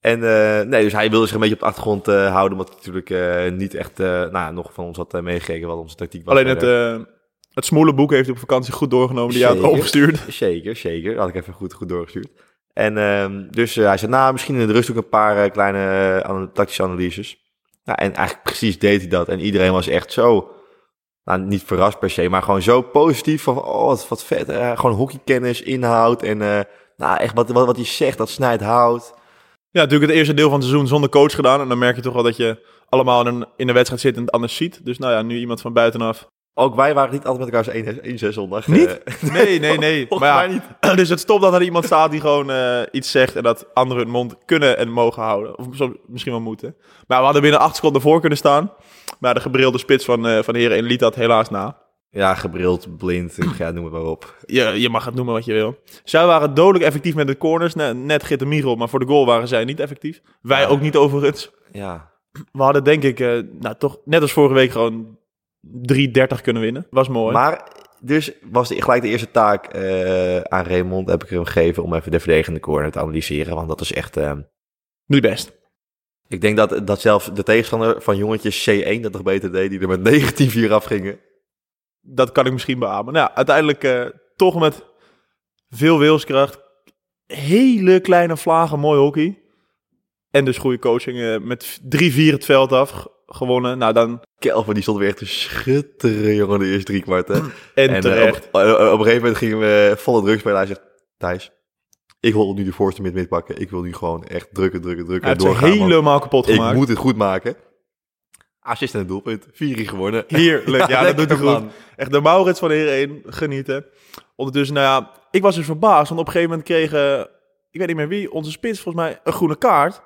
[SPEAKER 2] En eh, nee, dus hij wilde zich een beetje op de achtergrond eh, houden, omdat hij natuurlijk eh, niet echt eh, nou, ja, nog van ons had eh, meegekeken wat onze tactiek was.
[SPEAKER 3] Alleen het,
[SPEAKER 2] Verder.
[SPEAKER 3] eh het smoele boek heeft hij op vakantie goed doorgenomen. Die had
[SPEAKER 2] Zeker.
[SPEAKER 3] opgestuurd.
[SPEAKER 2] Zeker, zeker. Dat had ik even goed, goed doorgestuurd. En ehm, dus eh, hij zei, nou, misschien in de rust ook een paar eh, kleine eh, ana- tactische analyses. Nou, en eigenlijk precies deed hij dat. En iedereen was echt zo, nou, niet verrast per se, maar gewoon zo positief van, oh, wat, wat vet. eh, gewoon hockeykennis, inhoud en, eh, nou, echt wat, wat, wat hij zegt, dat snijdt hout.
[SPEAKER 3] Ja, natuurlijk het eerste deel van het seizoen zonder coach gedaan. En dan merk je toch wel dat je allemaal in, een, in de wedstrijd zit en het anders ziet. Dus nou ja, nu iemand van buitenaf.
[SPEAKER 2] Ook wij waren niet altijd met elkaar eens één- eens, hè, zondag.
[SPEAKER 3] Niet?
[SPEAKER 2] Eh,
[SPEAKER 3] Nee,
[SPEAKER 2] *laughs*
[SPEAKER 3] nee, nee.
[SPEAKER 2] volgens
[SPEAKER 3] maar
[SPEAKER 2] mij niet.
[SPEAKER 3] ja, *clears throat* dus het stopt dat er iemand staat die gewoon eh, iets zegt en dat anderen hun mond kunnen en mogen houden. Of soms misschien wel moeten. Maar we hadden binnen acht seconden voor kunnen staan. Maar de gebrilde spits van, eh van Heren liet dat helaas na.
[SPEAKER 2] Ja, gebrild, blind, ik- ja, noem het maar op.
[SPEAKER 3] Je, je mag het noemen wat je wil. Zij waren dodelijk effectief met de corners. Ne- Net Gittemiro, maar voor de goal waren zij niet effectief. Wij ook niet overigens.
[SPEAKER 2] Ja,
[SPEAKER 3] We hadden denk ik, eh, nou toch, net als vorige week gewoon 3-30 kunnen winnen. Was mooi.
[SPEAKER 2] Maar dus was de, gelijk de eerste taak eh, aan Raymond, heb ik hem gegeven om even de verdedigende corner te analyseren. Want dat is echt. eh,
[SPEAKER 3] Niet best.
[SPEAKER 2] ik denk dat, dat zelfs de tegenstander van jongetjes C1 dat nog beter deed, die er met 19 4 afgingen.
[SPEAKER 3] Dat kan ik misschien beamen. Nou, ja, uiteindelijk eh, toch met veel wilskracht. Hele kleine vlagen, mooi hockey. En dus goede coaching. eh, met 3-4 het veld af g- gewonnen. Nou dan,
[SPEAKER 2] Kelvin die stond weer echt te schutteren, jongen, de eerste drie kwarten.
[SPEAKER 3] en,
[SPEAKER 2] eh,
[SPEAKER 3] terecht.
[SPEAKER 2] op, eh, op een gegeven moment gingen we volle druk spelen. Hij zegt, Thijs, ik wil nu de voorste mid pakken. Ik wil nu gewoon echt drukken, drukken, drukken
[SPEAKER 3] Hij
[SPEAKER 2] en
[SPEAKER 3] heeft ze
[SPEAKER 2] doorgaan. want
[SPEAKER 3] helemaal kapot
[SPEAKER 2] ik
[SPEAKER 3] gemaakt.
[SPEAKER 2] moet het goed maken. Assist en het doelpunt. 4-3 gewonnen. *laughs*
[SPEAKER 3] Heerlijk. Ja, dat
[SPEAKER 2] lekker,
[SPEAKER 3] doet hij goed.
[SPEAKER 2] man.
[SPEAKER 3] Echt de Maurits van Heren genieten. Ondertussen, nou ja, ik was dus verbaasd. Want op een gegeven moment kregen, ik weet niet meer wie, onze spits volgens mij een groene kaart.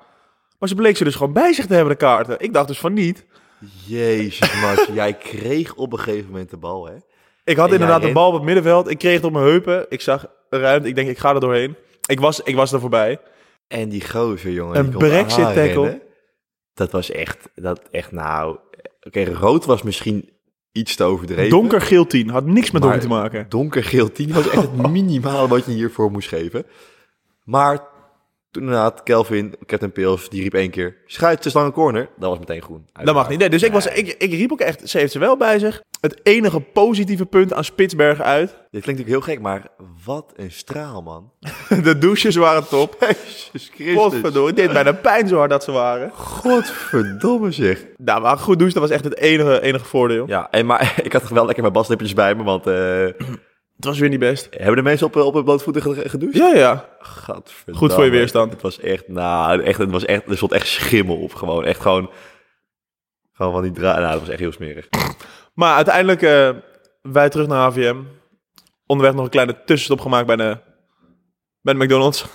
[SPEAKER 3] Maar ze bleek ze dus gewoon bij zich te hebben, de kaarten. Ik dacht dus van niet.
[SPEAKER 2] Jezus, Max, *laughs* jij kreeg op een gegeven moment de bal, hè?
[SPEAKER 3] Ik had
[SPEAKER 2] En jij
[SPEAKER 3] inderdaad de
[SPEAKER 2] rent?
[SPEAKER 3] bal op het middenveld. Ik kreeg het op mijn heupen. Ik zag ruimte. Ik denk, ik ga er doorheen. Ik was, ik was er voorbij.
[SPEAKER 2] En die gozer, jongen.
[SPEAKER 3] Een
[SPEAKER 2] die komt
[SPEAKER 3] Brexit tackle.
[SPEAKER 2] aanrennen. Dat was echt, dat echt nou... Oké, rood was misschien iets te overdreven.
[SPEAKER 3] Donkergeel 10. Had niks met
[SPEAKER 2] Maar-
[SPEAKER 3] donker te maken.
[SPEAKER 2] Donkergeel 10 was echt
[SPEAKER 3] *laughs*
[SPEAKER 2] het minimale wat je hiervoor moest geven. Maar toen inderdaad, Kelvin, Captain Pils, die riep één keer... Schuit, het is lang een corner. Dat was meteen groen.
[SPEAKER 3] Dat mag niet. Nee, dus ik, was, ik, ik riep ook echt, ze heeft ze wel bij zich. Het enige positieve punt aan Spitsberg uit. *laughs*
[SPEAKER 2] Dit klinkt natuurlijk heel gek, maar wat een straal, man.
[SPEAKER 3] De douches waren top.
[SPEAKER 2] Jezus Christus.
[SPEAKER 3] Godverdorie, dit bijna pijn zo hard dat ze waren.
[SPEAKER 2] Godverdomme, zeg.
[SPEAKER 3] Nou, maar goed douchen, dat was echt het enige, enige
[SPEAKER 2] *laughs*
[SPEAKER 3] voordeel.
[SPEAKER 2] Ja, en maar ik had toch wel lekker mijn baslipjes bij me, want eh,
[SPEAKER 3] Het was weer niet best.
[SPEAKER 2] hebben de mensen op, eh, op hun blootvoeten ge- gedoucht?
[SPEAKER 3] Ja, ja.
[SPEAKER 2] Gadverdamme.
[SPEAKER 3] Goed voor je weerstand.
[SPEAKER 2] Het was echt, nou, echt, het was echt, er stond echt schimmel op, gewoon, echt gewoon, gewoon van die draad. Nou, dat was echt heel smerig.
[SPEAKER 3] Maar uiteindelijk, eh, wij terug naar HVM. Onderweg nog een kleine tussenstop gemaakt bij de, bij de McDonald's.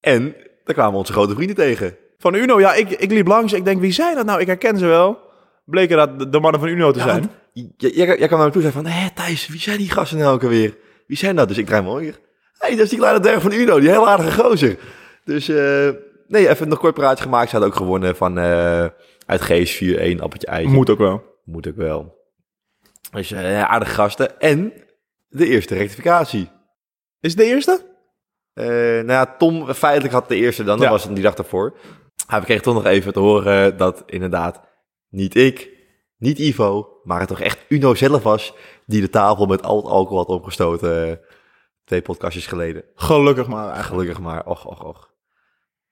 [SPEAKER 2] En daar kwamen we onze grote vrienden tegen.
[SPEAKER 3] Van Uno, ja, ik, ik liep langs. Ik denk, wie zijn dat nou? Ik herken ze wel. Bleken dat de, de mannen van Uno te zijn.
[SPEAKER 2] want j- j- jij, jij kwam naar me toe en zei van, hé Thijs, wie zijn die gasten nou ook alweer? Wie zijn dat? Dus ik draai me om hier. Hé, dat is die kleine dwerg van Uno, die heel aardige gozer. Dus, eh, nee, even nog kort praatje gemaakt. Ze hadden ook gewonnen van, eh, uit Geest 4-1, appeltje eitje.
[SPEAKER 3] Moet ook wel.
[SPEAKER 2] Moet ook wel. Dus eh, aardige gasten. En de eerste rectificatie.
[SPEAKER 3] Is het de eerste?
[SPEAKER 2] Eh nou ja, Tom feitelijk had de eerste dan. Dat
[SPEAKER 3] Ja.
[SPEAKER 2] was het die dag daarvoor. Maar we kregen toch nog even te horen eh, dat inderdaad niet ik, niet Ivo, maar het toch echt Uno zelf was... die de tafel met al het alcohol had opgestoten eh, twee podcastjes geleden.
[SPEAKER 3] Gelukkig maar eigenlijk.
[SPEAKER 2] Gelukkig maar, och, och, och.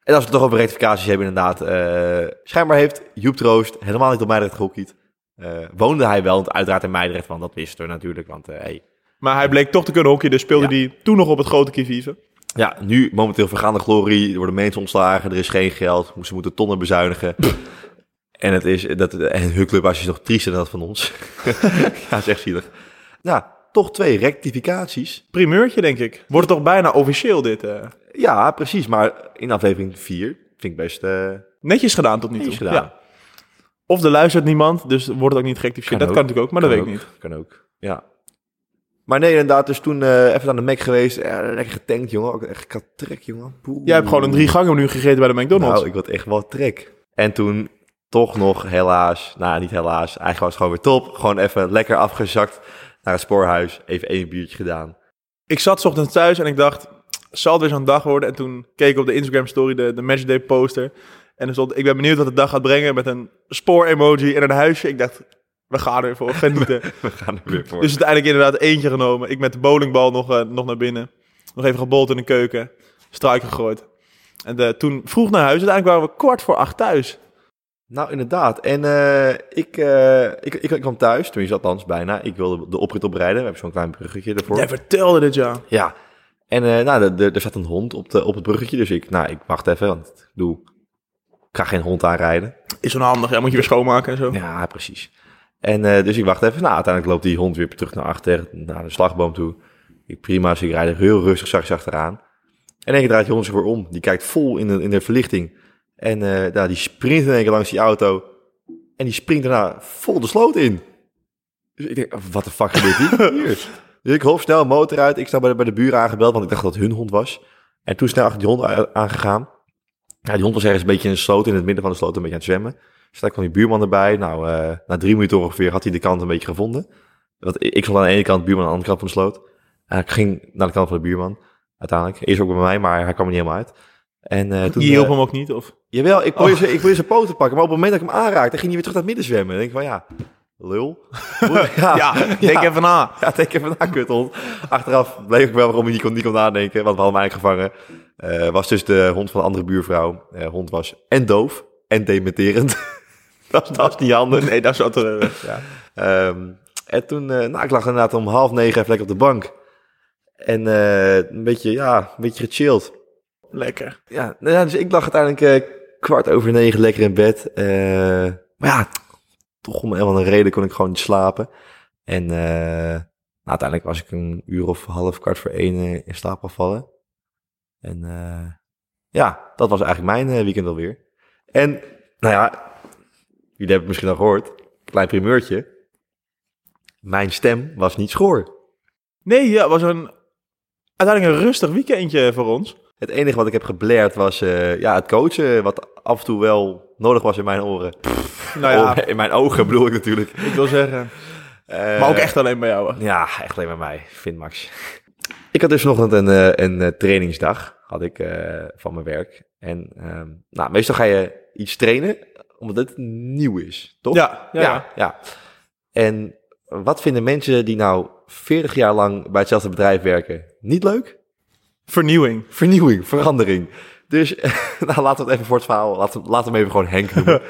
[SPEAKER 2] En als we het toch over rectificaties hebben, inderdaad. eh, schijnbaar heeft Joep Troost helemaal niet op Meidrecht gehockeyd. Eh, woonde hij wel, want uiteraard in Meidrecht, want dat wist er natuurlijk. Want eh, hey.
[SPEAKER 3] Maar hij bleek toch te kunnen hockeyen, dus speelde
[SPEAKER 2] Ja.
[SPEAKER 3] die toen nog op het grote Kivive.
[SPEAKER 2] Ja, nu momenteel vergaande glorie. Er worden mensen ontslagen, er is geen geld. Ze moeten tonnen bezuinigen. en het is, eh, dat, en hun club is nog triester dan dat van ons. ja, dat is echt zielig. Nou, toch twee rectificaties.
[SPEAKER 3] Primeurtje, denk ik. Wordt het toch bijna officieel dit? eh?
[SPEAKER 2] Ja, precies. Maar in aflevering 4, 4,5 vind ik best eh,
[SPEAKER 3] Netjes gedaan tot nu toe.
[SPEAKER 2] netjes gedaan.
[SPEAKER 3] Ja. Of er luistert niemand, dus wordt het ook niet geactiveerd.
[SPEAKER 2] Kan
[SPEAKER 3] Dat
[SPEAKER 2] ook.
[SPEAKER 3] kan natuurlijk ook, maar dat
[SPEAKER 2] Kan
[SPEAKER 3] weet ik niet.
[SPEAKER 2] ook, Kan ook, ja. Maar nee, inderdaad, dus toen eh, even aan de Mac geweest. eh, lekker getankt, jongen. Ook echt ik had trek, jongen. Poeh.
[SPEAKER 3] Jij hebt gewoon een drie gangen nu gegeten bij de McDonald's.
[SPEAKER 2] Nou, ik had echt wel trek. En toen toch nog helaas, nou niet helaas, eigenlijk was het gewoon weer top. Gewoon even lekker afgezakt naar het spoorhuis. Even één biertje gedaan. *laughs*
[SPEAKER 3] Ik zat 's ochtends thuis en ik dacht, zal het weer zo'n dag worden? En toen keek ik op de Instagram story, de, de matchday poster. En er stond, ik ben benieuwd wat de dag gaat brengen met een spoor-emoji en een huisje. Ik dacht, we gaan er weer voor
[SPEAKER 2] *laughs*
[SPEAKER 3] genieten.
[SPEAKER 2] We gaan er weer voor.
[SPEAKER 3] dus uiteindelijk inderdaad eentje genomen. Ik met de bowlingbal nog, eh, nog naar binnen. Nog even gebold in de keuken. Struiken gegooid. En eh, toen vroeg naar huis. Uiteindelijk waren we kwart voor acht thuis.
[SPEAKER 2] Nou, inderdaad. En eh, ik, eh, ik, ik, ik kwam thuis, tenminste althans bijna. Ik wilde de oprit oprijden. We hebben zo'n klein bruggetje ervoor.
[SPEAKER 3] Jij vertelde dit, ja.
[SPEAKER 2] Ja. En eh, nou, de- de- er zat een hond op, de, op het bruggetje. Dus ik, nou, ik wacht even, want ik doe... Ik ga geen hond aanrijden.
[SPEAKER 3] Is onhandig, ja. Moet je weer schoonmaken en zo.
[SPEAKER 2] Ja, precies. En eh, dus ik wacht even. Nou, uiteindelijk loopt die hond weer terug naar achter, naar de slagboom toe. Ik prima, dus ik rijd er heel rustig zachtjes achteraan. En in één keer draait die hond zich weer om. Die kijkt vol in de, in de verlichting. En eh, nou, die sprint in één keer langs die auto. En die springt daarna vol de sloot in. Dus ik denk, wat de fuck gebeurt hier? Hier. Dus ik hop snel een motor uit. Ik sta bij de, bij de buren aangebeld, want ik dacht dat het hun hond was. En toen snel achter die hond a- aangegaan. Ja, die hond was ergens een beetje in de sloot, in het midden van de sloot, een beetje aan het zwemmen. Dus daar kwam die buurman erbij. Nou, eh, na drie minuten ongeveer had hij de kant een beetje gevonden. Want ik ik stond aan de ene kant, de buurman aan de andere kant van de sloot. En ik ging naar de kant van de buurman, uiteindelijk. Eerst ook bij mij, maar hij kwam er niet helemaal uit. En eh, toen...
[SPEAKER 3] je hielp
[SPEAKER 2] eh,
[SPEAKER 3] hem ook niet, of?
[SPEAKER 2] Jawel, ik wil zijn ik zijn poten pakken. Maar op het moment dat ik hem aanraakte, ging hij weer terug naar het midden zwemmen. Dan denk ik van, ja, lul.
[SPEAKER 3] Ah,
[SPEAKER 2] ja,
[SPEAKER 3] *laughs* denk even na.
[SPEAKER 2] *laughs* ja, denk even ah, na, kuthond. Achteraf bleek ik wel waarom hij niet kon, niet kon nadenken, want we hadden hem eigenlijk gevangen. Eh, was dus de hond van een andere buurvrouw. Eh, hond was en doof en dementerend. *laughs* dat, is- dat is niet handig.
[SPEAKER 3] Nee, daar zat er... eh, *laughs*
[SPEAKER 2] Ja. Ehm, en toen, eh, nou, ik lag inderdaad om half negen even lekker op de bank. En eh, een beetje, ja, een beetje gechilled.
[SPEAKER 3] lekker.
[SPEAKER 2] Ja, nou ja, dus ik lag uiteindelijk eh, kwart over negen lekker in bed. Eh, maar ja, toch om een of andere reden kon ik gewoon niet slapen. En eh, nou, uiteindelijk was ik een uur of half, kwart voor één eh, in slaap gevallen. En eh, ja, dat was eigenlijk mijn eh, weekend alweer. En nou ja, jullie hebben het misschien al gehoord. Klein primeurtje. Mijn stem was niet schoor.
[SPEAKER 3] Nee, ja, het was een... Uiteindelijk een rustig weekendje voor ons.
[SPEAKER 2] Het enige wat ik heb geblerd was eh, ja, het coachen, wat af en toe wel nodig was in mijn oren.
[SPEAKER 3] Nou ja,
[SPEAKER 2] Oh, in mijn ogen bedoel ik natuurlijk.
[SPEAKER 3] ik wil zeggen...
[SPEAKER 2] Eh,
[SPEAKER 3] Maar ook echt alleen bij jou. hè?
[SPEAKER 2] Ja, echt alleen bij mij, vind Max. Ik had dus vanochtend een, eh, een eh, trainingsdag had ik, eh, van mijn werk. En ehm, nou, meestal ga je iets trainen omdat het nieuw is, toch?
[SPEAKER 3] Ja, ja, ja.
[SPEAKER 2] ja. En wat vinden mensen die nou 40 jaar lang bij hetzelfde bedrijf werken niet leuk?
[SPEAKER 3] Vernieuwing.
[SPEAKER 2] vernieuwing, verandering. Dus *laughs* nou, laten we het even voor het verhaal. Laten we laten we hem even gewoon Henk noemen.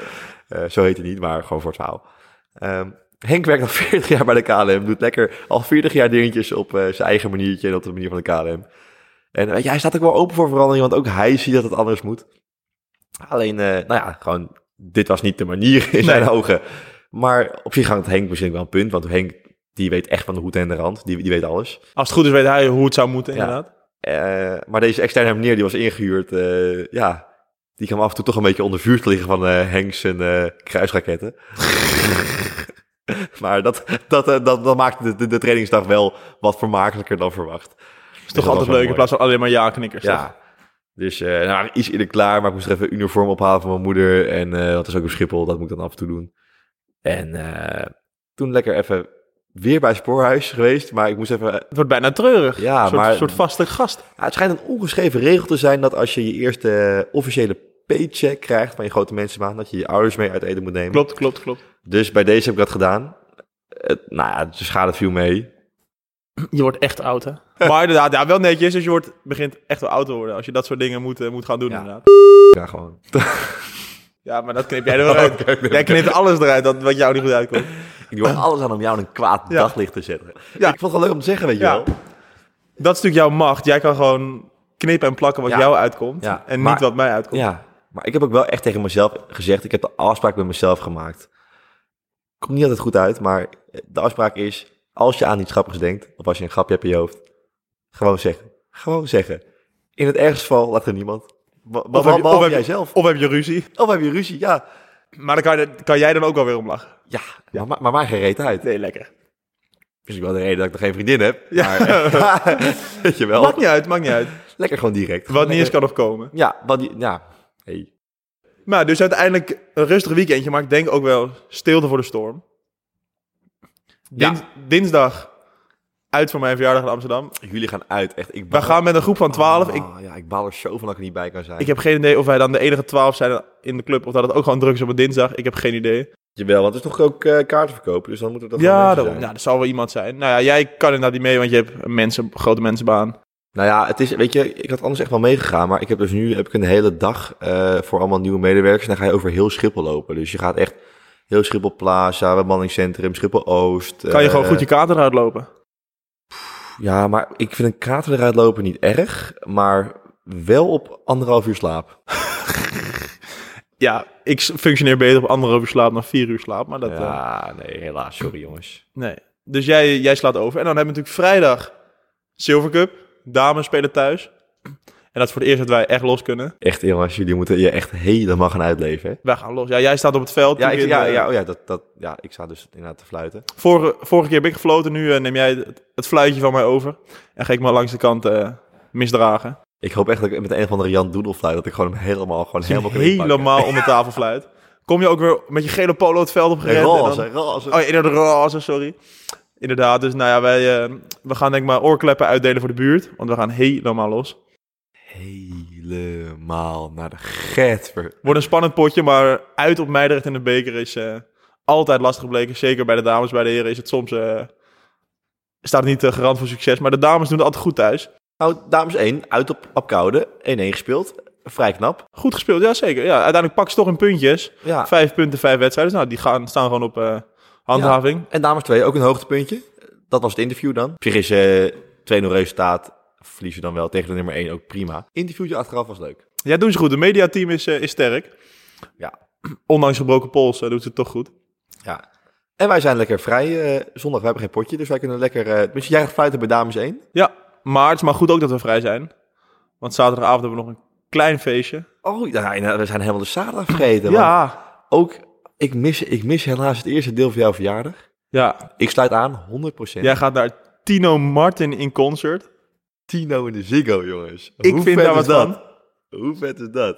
[SPEAKER 2] Eh, zo heet hij niet, maar gewoon voor het verhaal. Ehm, Henk werkt al *laughs* 40 jaar bij de KLM. Doet lekker al 40 jaar dingetjes op eh, zijn eigen maniertje en op de manier van de KLM. En weet je, hij staat ook wel open voor verandering, want ook hij ziet dat het anders moet. Alleen, eh, nou ja, gewoon, dit was niet de manier *laughs* in zijn
[SPEAKER 3] Nee.
[SPEAKER 2] ogen. Maar op zich hangt Henk misschien wel een punt, want Henk, die weet echt van de hoed en de rand. Die, die weet alles.
[SPEAKER 3] Als het goed is weet hij hoe het zou moeten,
[SPEAKER 2] Ja.
[SPEAKER 3] inderdaad.
[SPEAKER 2] Eh, maar deze externe meneer die was ingehuurd, eh, ja, die kwam af en toe toch een beetje onder vuur te liggen van eh Henks en eh, kruisraketten. *laughs* maar dat, dat, eh, dat, dat maakte de, de, de trainingsdag wel wat vermakelijker dan verwacht. Dus
[SPEAKER 3] is toch altijd leuk in plaats van alleen maar ja-knikkers. toch?
[SPEAKER 2] Ja. Dus eh nou, iets eerder klaar, maar ik moest er even uniform ophalen van mijn moeder. En eh dat is ook op Schiphol, dat moet ik dan af en toe doen. En eh, toen lekker even weer bij Spoorhuis geweest, maar ik moest even
[SPEAKER 3] Het wordt bijna treurig.
[SPEAKER 2] Ja,
[SPEAKER 3] een soort,
[SPEAKER 2] maar-
[SPEAKER 3] soort vaste gast.
[SPEAKER 2] Ja, het schijnt een ongeschreven regel te zijn dat als je je eerste eh, officiële paycheck krijgt van je grote mensenbaan, dat je je ouders mee uit eten moet nemen.
[SPEAKER 3] Klopt, klopt, klopt.
[SPEAKER 2] Dus bij deze heb ik dat gedaan. Het, nou ja, de schade viel mee.
[SPEAKER 3] Je wordt echt oud, hè? *laughs* maar inderdaad, ja, wel netjes. Dus je wordt, begint echt wel oud te worden als je dat soort dingen moet, eh, moet gaan doen,
[SPEAKER 2] Ja.
[SPEAKER 3] inderdaad.
[SPEAKER 2] Ja, gewoon.
[SPEAKER 3] Ja, maar dat
[SPEAKER 2] *laughs*
[SPEAKER 3] knip jij er wel uit. jij knipt alles eruit dat, wat jou niet goed uitkomt.
[SPEAKER 2] Ik doe er alles aan om jou in een kwaad
[SPEAKER 3] Ja.
[SPEAKER 2] daglicht te zetten.
[SPEAKER 3] Ja.
[SPEAKER 2] Ik vond het wel leuk om te zeggen, weet je
[SPEAKER 3] Ja.
[SPEAKER 2] wel.
[SPEAKER 3] Dat is natuurlijk jouw macht. Jij kan gewoon knippen en plakken wat
[SPEAKER 2] Ja.
[SPEAKER 3] jou uitkomt.
[SPEAKER 2] Ja,
[SPEAKER 3] En
[SPEAKER 2] maar-
[SPEAKER 3] niet wat mij uitkomt.
[SPEAKER 2] Ja, maar ik heb ook wel echt tegen mezelf gezegd. Ik heb de afspraak met mezelf gemaakt. Komt niet altijd goed uit, maar de afspraak is... als je aan iets grappigs denkt, of als je een grapje hebt in je hoofd... gewoon zeggen. Gewoon zeggen. In het ergste geval laat er niemand
[SPEAKER 3] Wa-
[SPEAKER 2] Of,
[SPEAKER 3] wat heb je-
[SPEAKER 2] behalve
[SPEAKER 3] heb je-
[SPEAKER 2] jijzelf.
[SPEAKER 3] of heb je ruzie.
[SPEAKER 2] Of heb je ruzie? Ja.
[SPEAKER 3] Maar dan kan, je- kan jij dan ook wel weer om lachen.
[SPEAKER 2] Ja, maar, maar, maar mij geen reet uit.
[SPEAKER 3] Nee, lekker.
[SPEAKER 2] Is ook wel de reden dat ik nog geen vriendin heb.
[SPEAKER 3] Ja.
[SPEAKER 2] Maar,
[SPEAKER 3] *laughs*
[SPEAKER 2] eh, weet je wel.
[SPEAKER 3] Maakt niet uit, maakt niet
[SPEAKER 2] *laughs*
[SPEAKER 3] uit.
[SPEAKER 2] Lekker gewoon direct.
[SPEAKER 3] Wat niet eens
[SPEAKER 2] Lekker-
[SPEAKER 3] kan opkomen.
[SPEAKER 2] Ja, wat die- ja. Hey.
[SPEAKER 3] Maar dus uiteindelijk een rustig weekendje, maar ik denk ook wel stilte voor de storm. Dins- Dinsdag uit voor mijn verjaardag in Amsterdam.
[SPEAKER 2] Jullie gaan uit, echt. Ik
[SPEAKER 3] We
[SPEAKER 2] baal-
[SPEAKER 3] gaan met een groep van 12.
[SPEAKER 2] Ah,
[SPEAKER 3] Ik,
[SPEAKER 2] Ja, ik baal er zo van dat ik er niet bij kan zijn.
[SPEAKER 3] ik heb geen idee of wij dan de enige 12 zijn in de club. Of dat het ook gewoon druk is op een dinsdag. Ik heb geen idee.
[SPEAKER 2] Jawel, want het is toch ook eh, kaarten verkopen, dus dan moeten we dat gewoon
[SPEAKER 3] ja,
[SPEAKER 2] mensen
[SPEAKER 3] daarom.
[SPEAKER 2] zijn.
[SPEAKER 3] Nou, er zal wel iemand zijn. Nou ja, jij kan inderdaad niet mee, want je hebt een mensen, grote mensenbaan.
[SPEAKER 2] Nou ja, het is, weet je, ik had anders echt wel meegegaan, maar ik heb dus nu heb ik een hele dag eh, voor allemaal nieuwe medewerkers en dan ga je over heel Schiphol lopen. Dus je gaat echt heel Schiphol Plaza, bemanningscentrum, Schiphol Oost.
[SPEAKER 3] Kan je
[SPEAKER 2] eh,
[SPEAKER 3] gewoon goed je kater eruit lopen?
[SPEAKER 2] Ja, maar ik vind een kater eruit lopen niet erg, maar wel op anderhalf uur slaap.
[SPEAKER 3] Ja, ik s- functioneer beter op anderhalf uur slaap dan vier uur slaap. Maar dat, eh,
[SPEAKER 2] ja, nee, helaas, sorry jongens.
[SPEAKER 3] Nee. Dus jij, jij slaat over. En dan hebben we natuurlijk vrijdag Silver Cup. Dames spelen thuis. En dat is voor het eerst dat wij echt los kunnen.
[SPEAKER 2] Echt jongens, jullie moeten je echt helemaal gaan uitleven. Hè?
[SPEAKER 3] Wij gaan los. Ja, jij staat op het veld.
[SPEAKER 2] Ja,
[SPEAKER 3] Ik
[SPEAKER 2] ik,
[SPEAKER 3] in,
[SPEAKER 2] ja,
[SPEAKER 3] eh,
[SPEAKER 2] ja, oh ja, dat, dat, ja, ik sta dus inderdaad te fluiten.
[SPEAKER 3] Vorige, vorige keer ben ik gefloten. Nu eh, neem jij het, het fluitje van mij over. En ga ik me langs de kant eh, misdragen.
[SPEAKER 2] Ik hoop echt dat ik met een of andere Jan Doedel fluit, dat ik gewoon hem helemaal, gewoon helemaal
[SPEAKER 3] Helemaal,
[SPEAKER 2] kan inpakken.
[SPEAKER 3] helemaal om de tafel fluit. Kom je ook weer met je gele polo het veld op
[SPEAKER 2] Nee,
[SPEAKER 3] gerend. en
[SPEAKER 2] roze,
[SPEAKER 3] dan-
[SPEAKER 2] roze.
[SPEAKER 3] Oh ja, inderdaad, roze, sorry. Inderdaad, dus nou ja, wij eh, we gaan denk ik maar oorkleppen uitdelen voor de buurt. Want we gaan helemaal los.
[SPEAKER 2] helemaal naar de getver.
[SPEAKER 3] Wordt een spannend potje, maar uit op Meidrecht in de beker is eh, altijd lastig gebleken. Zeker bij de dames, bij de heren is het soms... eh, staat niet eh, garant voor succes, maar de dames doen het altijd goed thuis.
[SPEAKER 2] Nou, dames 1, uit op, op koude. 1-1 gespeeld. Vrij knap.
[SPEAKER 3] Goed gespeeld, ja zeker. Ja, uiteindelijk pakken ze toch hun puntjes.
[SPEAKER 2] Ja.
[SPEAKER 3] Vijf punten, vijf wedstrijden. Dus, Nou, die gaan, staan gewoon op eh, handhaving.
[SPEAKER 2] En dames 2, ook een hoogtepuntje. Dat was het interview dan. Op zich is eh, 2-0 resultaat. Verlies je dan wel tegen de nummer 1 ook prima. Interviewtje achteraf was leuk.
[SPEAKER 3] Ja, doen ze goed. Het mediateam is, eh, is sterk.
[SPEAKER 2] Ja.
[SPEAKER 3] Ondanks gebroken pols eh, doet ze het toch goed.
[SPEAKER 2] ja. En wij zijn lekker vrij. eh, zondag, we hebben geen potje, dus wij kunnen lekker... eh dus jij gaat fluiten bij dames 1.
[SPEAKER 3] Ja, maar het is maar goed ook dat we vrij zijn. Want zaterdagavond hebben we nog een klein feestje.
[SPEAKER 2] Oh, ja, en we zijn helemaal de *clears throat* zaterdag vergeten. want
[SPEAKER 3] ja,
[SPEAKER 2] Ook, ik mis, ik mis helaas het eerste deel van jouw verjaardag.
[SPEAKER 3] ja.
[SPEAKER 2] Ik sluit aan, 100%.
[SPEAKER 3] Jij gaat naar Tino Martin in concert.
[SPEAKER 2] Dus, Tino in de Ziggo, jongens.
[SPEAKER 3] Ik vind
[SPEAKER 2] vet
[SPEAKER 3] daar
[SPEAKER 2] is
[SPEAKER 3] wat
[SPEAKER 2] dat? Hoe vet is dat?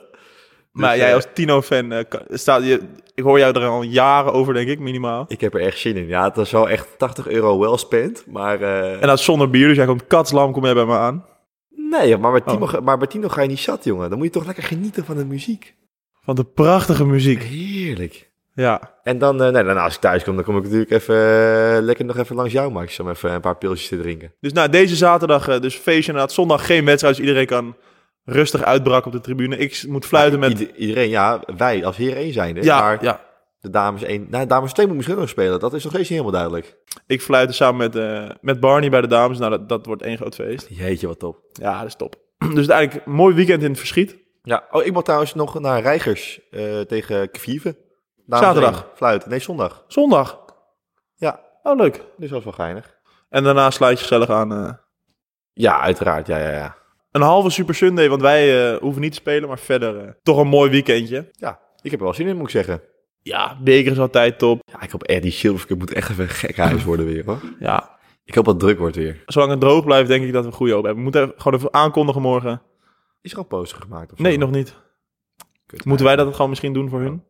[SPEAKER 3] Maar
[SPEAKER 2] Dus,
[SPEAKER 3] jij
[SPEAKER 2] eh,
[SPEAKER 3] als Tino-fan, eh, kan- staat je, ik hoor jou er al jaren over, denk ik, minimaal.
[SPEAKER 2] Ik heb er echt zin in. Ja, het was wel echt 80 euro well spent. Maar, eh,
[SPEAKER 3] En dat is zonder bier, dus jij komt katslam, kom jij bij me aan.
[SPEAKER 2] nee, maar bij, Tino, ga- maar bij Tino ga je niet zat, jongen. Dan moet je toch lekker genieten van de muziek.
[SPEAKER 3] Van de prachtige muziek.
[SPEAKER 2] Heerlijk.
[SPEAKER 3] Ja,
[SPEAKER 2] En dan, eh, nee, dan als ik thuis kom, dan kom ik natuurlijk even eh, lekker nog even langs jou, Max. Om even een paar pilsjes te drinken.
[SPEAKER 3] dus nou, deze zaterdag, eh, dus feestje inderdaad. Zondag geen wedstrijd, dus iedereen kan rustig uitbraken op de tribune. Ik s- moet fluiten met...
[SPEAKER 2] Ieder- iedereen, ja, wij als heren één zijn.
[SPEAKER 3] Ja,
[SPEAKER 2] maar
[SPEAKER 3] ja,
[SPEAKER 2] de dames één. Nou, dames twee moet misschien nog spelen. Dat is nog steeds niet helemaal duidelijk.
[SPEAKER 3] ik fluiten samen met, eh, met Barney bij de dames. Nou, dat, dat wordt één groot feest.
[SPEAKER 2] Jeetje, wat top.
[SPEAKER 3] Ja, dat is top. *clears throat* Dus uiteindelijk een mooi weekend in het verschiet.
[SPEAKER 2] Ja, oh, ik moet trouwens nog naar Reigers eh, tegen Kvive. Dames
[SPEAKER 3] Zaterdag.
[SPEAKER 2] één, Fluiten. Nee, zondag.
[SPEAKER 3] Zondag.
[SPEAKER 2] Ja,
[SPEAKER 3] Oh, leuk.
[SPEAKER 2] dus dat is wel geinig.
[SPEAKER 3] En daarna sluit je gezellig aan... eh,
[SPEAKER 2] Ja, uiteraard. Ja, ja, ja.
[SPEAKER 3] Een halve Super Sunday, want wij eh, hoeven niet te spelen, maar verder eh, toch een mooi weekendje.
[SPEAKER 2] Ja, ik heb er wel zin in, moet ik zeggen.
[SPEAKER 3] Ja, beker is altijd top.
[SPEAKER 2] Ja, ik hoop echt, die Silver Cup moet echt even een gek huis worden weer, hoor.
[SPEAKER 3] Ja,
[SPEAKER 2] Ik hoop dat het druk wordt weer.
[SPEAKER 3] zolang het droog blijft, denk ik dat we goede hoop hebben. We moeten even- gewoon even aankondigen morgen.
[SPEAKER 2] Is er al een poster gemaakt of zo?
[SPEAKER 3] Nee, nog niet.
[SPEAKER 2] Kut.
[SPEAKER 3] Moeten wij dat gewoon misschien doen voor hun?